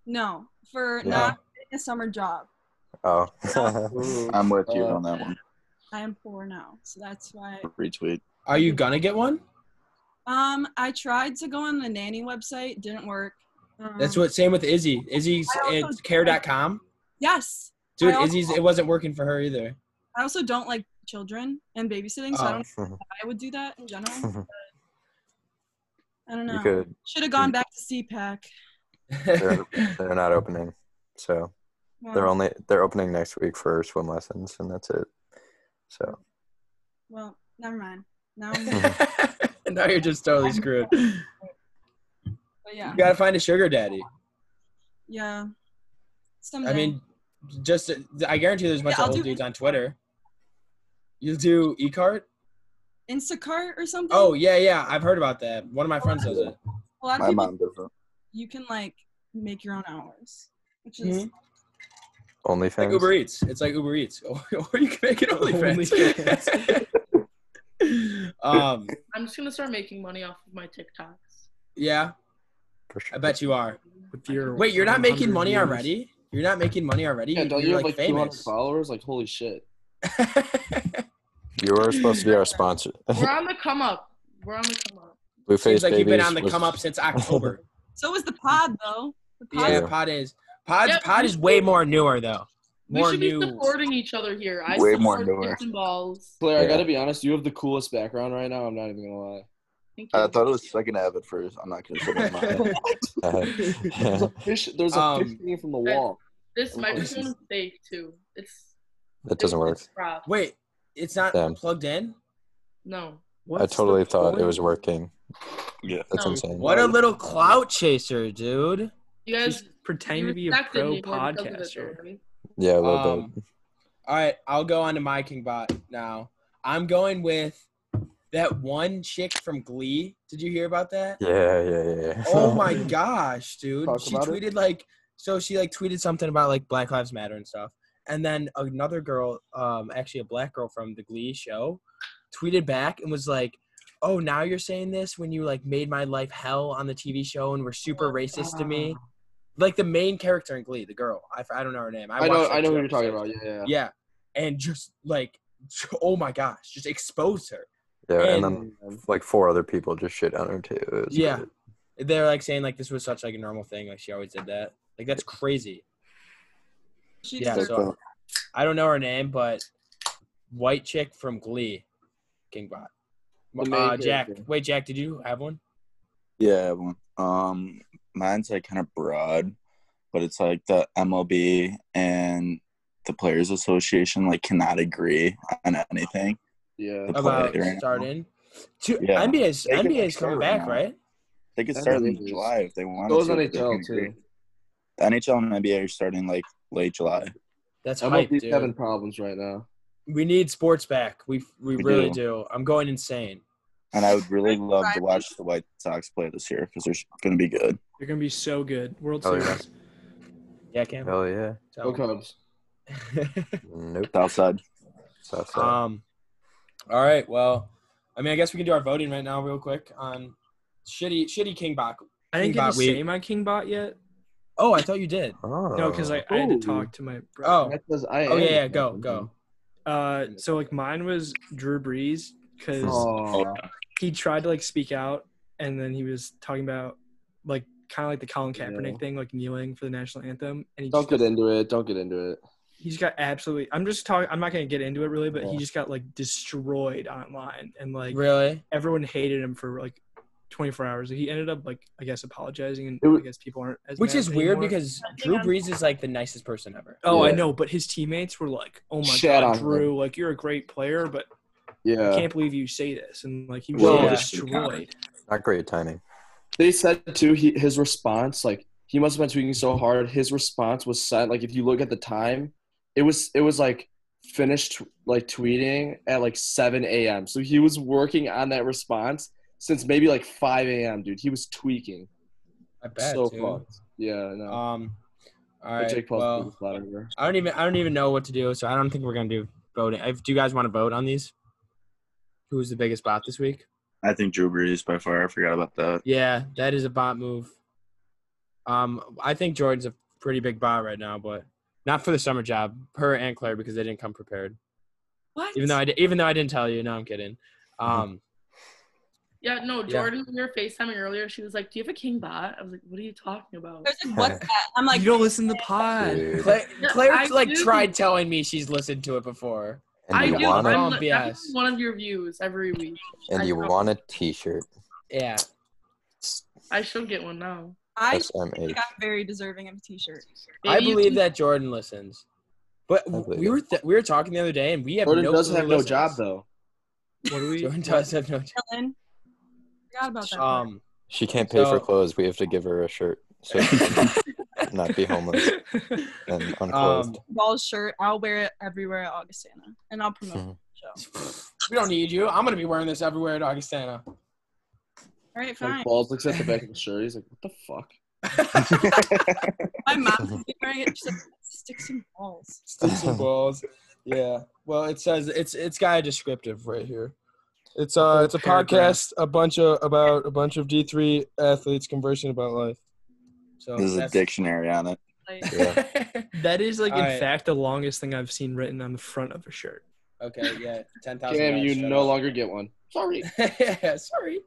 S4: No, for
S8: No.
S4: not getting a summer job.
S8: Oh.
S1: Mm-hmm.
S6: I'm with you
S7: Uh,
S6: on that one.
S4: I am poor now, so that's why.
S6: Retweet.
S1: Are you gonna get one?
S4: Um, I tried to go on the nanny website, didn't work. Um,
S1: That's what same with Izzy. Izzy's
S4: I also-
S1: at care.com.
S4: Yes,
S1: Dude,
S4: I also-
S1: Izzy's it wasn't working for her either. [LAUGHS]
S4: I also don't like children and babysitting, so I
S1: Oh.
S4: don't know why I would do that in general.
S1: [LAUGHS]
S4: but I don't
S8: you
S4: know.
S8: could.
S4: Should have
S1: Mm.
S4: gone back to CPAC.
S1: [LAUGHS]
S8: They're, they're not opening, so
S4: Well,
S8: they're only they're opening next week for swim lessons, and that's it. So
S4: well, never mind. Now,
S1: [LAUGHS]
S4: I'm-
S1: now you're just totally screwed. You
S4: but yeah.
S1: gotta find a sugar daddy.
S4: Yeah. Someday.
S1: I mean, just I guarantee there's a bunch
S4: Yeah, I'll
S1: of old
S4: do-
S3: E
S1: dudes on Twitter. You'll do eCart?
S4: Instacart or something.
S1: Oh yeah, yeah. I've heard about that. One of my friends does it.
S4: a lot of
S6: My
S4: people
S6: mom doesn't.
S4: you can like make your own hours, which is
S1: Mm-hmm. Like
S8: OnlyFans.
S1: Uber Eats. It's like Uber Eats, [LAUGHS] or you can make it OnlyFans. [LAUGHS] um,
S3: I'm just gonna start making money off of my
S6: [LAUGHS]
S3: TikToks.
S1: yeah,
S8: for sure.
S1: I bet you are.
S9: With your
S1: Wait, you're not
S9: 100
S1: making money
S9: views.
S1: already? You're not making money already?
S7: Yeah, don't
S1: you're
S7: you have
S1: like
S7: like 200
S1: famous.
S7: followers? Like, holy shit.
S8: You were supposed to be our sponsor.
S3: We're on the come up. We're on the come up.
S1: [LAUGHS]
S8: Blueface
S1: Seems like you've been
S8: Babies
S1: on the
S8: was-
S1: come
S8: [LAUGHS]
S1: up since October.
S4: so is the pod though. The pod
S1: yeah,
S8: Yeah.
S1: Pod is Pod.
S3: Yeah,
S1: Pod
S3: we
S1: is
S3: should-
S1: way more newer though.
S3: We
S1: More
S3: should be
S1: new.
S3: supporting each other here. I
S6: Way more
S3: support
S6: newer.
S3: Kicks and balls.
S7: Claire, I
S8: Yeah.
S7: gotta be honest, you have the coolest background right now. I'm not even gonna lie.
S3: Thank you.
S6: I thought it was Second Ave at first. I'm not gonna say my mind.
S7: There's a fish, there's a
S1: Um,
S7: fish hanging from the wall.
S3: this
S6: [LAUGHS]
S3: microphone is fake too. It's
S8: [LAUGHS] that doesn't work.
S3: it's prop.
S1: Wait, it's not
S8: Damn.
S1: plugged in.
S3: No.
S8: I
S9: What's
S8: totally
S9: the
S8: thought it
S9: point?
S8: was working.
S6: [LAUGHS] Yeah.
S8: That's
S3: No.
S8: insane.
S1: What a little clout chaser, dude.
S3: You guys
S9: Just pretend to be a
S3: respected
S9: pro
S3: me more because of it,
S9: podcaster.
S3: though, right?
S8: Yeah, a little
S1: Um, All right, I'll go on to my King Bot now. I'm going with that one chick from Glee. Did you hear about that?
S8: bit. Yeah, yeah, yeah.
S1: Oh my gosh, dude.
S7: Talk
S1: she
S7: about it.
S1: tweeted like so she like tweeted something about like Black Lives Matter and stuff. And then another girl, um, actually a black girl from the Glee show, tweeted back and was like, Oh, now you're saying this when you like made my life hell on the TV show and were super racist to me. Like the main character in Glee, the girl. I, I don't know her name.
S7: I know,
S1: watched, like,
S7: I know
S1: two
S7: who you're talking
S1: episodes.
S7: about. Yeah, yeah.
S1: Yeah. And just like, [LAUGHS] oh my gosh, just exposed her.
S8: [LAUGHS] Yeah, and,
S1: And-
S8: then like four other people just shit on her too. It was
S1: Yeah.
S8: great.
S1: They're like saying like this was such like a normal thing. Like she always did that. Like that's crazy.
S4: she
S1: Yeah,
S4: deserves
S1: so- I don't know her name, but white chick from Glee, Kingbot.
S7: The main
S1: Uh, Jack,
S7: character.
S1: wait, Jack, did you have one?
S6: Yeah, I have one. Um, mine's like kind of broad, but it's like the MLB and the Players Association like cannot agree on anything.
S7: Yeah.
S6: The
S1: About
S6: player.
S1: starting. To,
S6: Yeah.
S1: NBA's
S6: They can
S1: NBA's coming
S6: play right
S1: back,
S6: now.
S1: right?
S6: They could
S7: That's
S6: start in
S7: ridiculous.
S6: July if they wanted
S7: Those
S6: to. but they
S7: NHL
S6: can agree.
S7: too.
S6: The NHL and NBA are starting like late July.
S1: That's hype,
S7: MLB's
S1: dude.
S7: having problems right now.
S1: We need sports back. We we,
S6: We
S1: really do.
S6: do.
S1: I'm going insane.
S6: And I would really love to watch the White Sox play this year because they're going to be good.
S9: You're gonna be so good. World
S8: Oh, yeah.
S9: Series.
S1: Yeah, Cam.
S8: Hell
S1: [LAUGHS]
S8: yeah.
S1: Oh.
S7: Go Cubs.
S1: Okay.
S8: Nope.
S6: Southside.
S8: South
S1: [LAUGHS]
S8: side.
S1: Um, all right. Well, I mean, I guess we can do our voting right now, real quick on shitty, shitty King Bach.
S9: I didn't get
S1: Kingbot,
S9: to
S1: we-
S9: say my Kingbot yet.
S1: Oh, I thought you did.
S8: oh.
S9: No, because I, I had to
S7: Ooh.
S9: talk to my
S1: Oh,
S7: That says I
S1: Oh,
S7: am.
S1: yeah, yeah, go, go. Oh.
S9: Uh, so like mine was Drew Brees because
S1: Oh.
S7: Aw.
S9: he tried to like speak out, and then he was talking about like kind of like the Colin Kaepernick
S7: Yeah.
S9: thing, like kneeling for the national anthem, and he
S7: Don't
S9: just
S7: get into it. Don't get into it.
S9: he's got absolutely. I'm just talking. I'm not gonna get into it really, but he
S7: Yeah.
S9: just got like destroyed online, and like
S1: really?
S9: everyone hated him for like 24 hours. He ended up like I guess apologizing, and
S7: It was-
S9: I guess people aren't as
S1: Which
S9: mad
S1: is weird
S9: anymore.
S1: because Drew Brees is like the nicest person ever.
S9: Oh, I
S7: Yeah.
S9: know, but his teammates were like, "Oh my
S7: Shat on
S9: god,
S7: him.
S9: Drew, like you're a great player, but I
S7: Yeah.
S9: can't believe you say this." And like he was
S7: Well,
S9: like,
S1: yeah.
S9: destroyed.
S8: Not great timing.
S7: They said too. He his response like he must have been tweaking so hard. His response was sent like if you look at the time, it was it was like finished like tweeting at like 7 a.m. So he was working on that response since maybe like 5 a.m. Dude, he was tweaking.
S1: I bet.
S7: so
S1: dude.
S7: fucked. Yeah. No.
S1: Um, all
S7: But
S1: right.
S7: Jake Paul's
S1: Well,
S7: well,
S1: I don't even I don't even know what to do, so I don't think we're gonna do voting. If, do you guys want to vote on these? Who's the biggest bot this week?
S6: I think Drew Brees by far. I forgot about that.
S1: Yeah, that is a bot move. Um, I think Jordan's a pretty big bot right now, but not for the summer job. Her and Claire because they didn't come prepared.
S4: What?
S1: Even though I did, even though I didn't tell you. No, I'm kidding. Um,
S7: [LAUGHS]
S3: Yeah, no,
S1: Yeah.
S3: Jordan, we were FaceTiming earlier. She was like, Do you have a King bot? I was like, What are you talking about?
S4: There's like what's that? I'm like
S9: you don't listen to the pod.
S8: Dude.
S1: Claire,
S3: No,
S1: Claire
S3: I
S1: like
S3: do.
S1: tried telling me she's listened to it before.
S8: And
S3: I
S8: you
S3: do.
S8: want
S1: Call
S8: a,
S3: I'm
S1: him
S3: li-
S1: BS.
S3: every one of your views every week.
S8: and you want a t-shirt.
S1: Yeah.
S3: I should get one now.
S4: I
S8: SMH.
S4: think I'm very deserving of a t-shirt.
S1: I
S3: Maybe you
S1: believe
S3: can-
S1: that Jordan listens. But
S8: I believe
S1: we
S8: it.
S1: were th- we were talking the other day, and we have
S7: Jordan
S1: no
S7: does
S1: clue
S7: have
S1: who
S7: no
S1: listens.
S7: job though.
S9: What do we?
S1: [LAUGHS] Jordan does have no job.
S4: Dylan, forgot about that. part.
S1: Um,
S8: She can't pay for
S1: So- [LAUGHS]
S8: clothes. We have to give her a shirt. So not be homeless and unclothed.
S1: Um,
S4: Ball shirt. I'll wear it everywhere at Augustana, and I'll promote
S1: um,
S8: Mhm.
S4: the show.
S1: we don't need you. I'm gonna be wearing this everywhere at Augustana.
S4: All right,
S7: Like
S4: fine.
S7: balls looks at the back
S1: [LAUGHS]
S7: of the shirt. He's like, "What the fuck?"
S4: My mom's been wearing it. She's like, sticks and balls.
S1: Sticks
S8: [LAUGHS]
S1: and balls. Yeah. Well, it says it's it's got a descriptive right here. It's uh it's a
S9: paragraph.
S1: podcast a bunch of about a bunch of D three athletes conversing about life. So
S6: There's a
S1: that's- [LAUGHS]
S6: dictionary on it.
S4: Like,
S9: [LAUGHS] That is like in
S1: Alright.
S9: fact the longest thing I've seen written on the front of a shirt.
S1: okay. Yeah. Ten thousand.
S7: Cam, you no longer get one.
S1: [LAUGHS]
S7: Sorry.
S1: yeah. Sorry.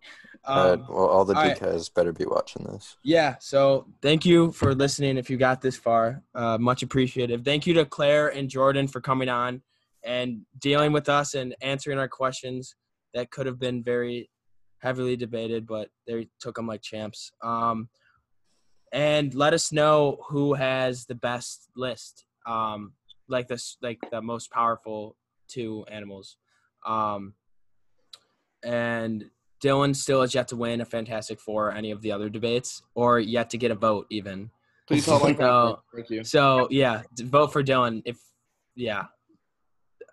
S8: all right.
S1: Um,
S8: Well, all the
S1: all right.
S8: DKs better be watching this.
S1: Yeah. So thank you for listening. If you got this far, uh, much appreciated. Thank you to Claire and Jordan for coming on and dealing with us and answering our questions that could have been very heavily debated, but they took them like champs. Um, and let us know who has the best list, um, like this, like the most powerful two animals. Um, and Dylan still has yet to win a Fantastic Four or any of the other debates, or yet to get a vote even.
S7: Please help my
S1: No.
S7: Thank you.
S1: So yeah, d- vote for Dylan if yeah.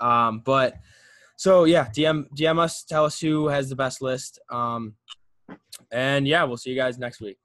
S1: Um, but so yeah, DM DM us, tell us who has the best list. Um, and yeah, we'll see you guys next week.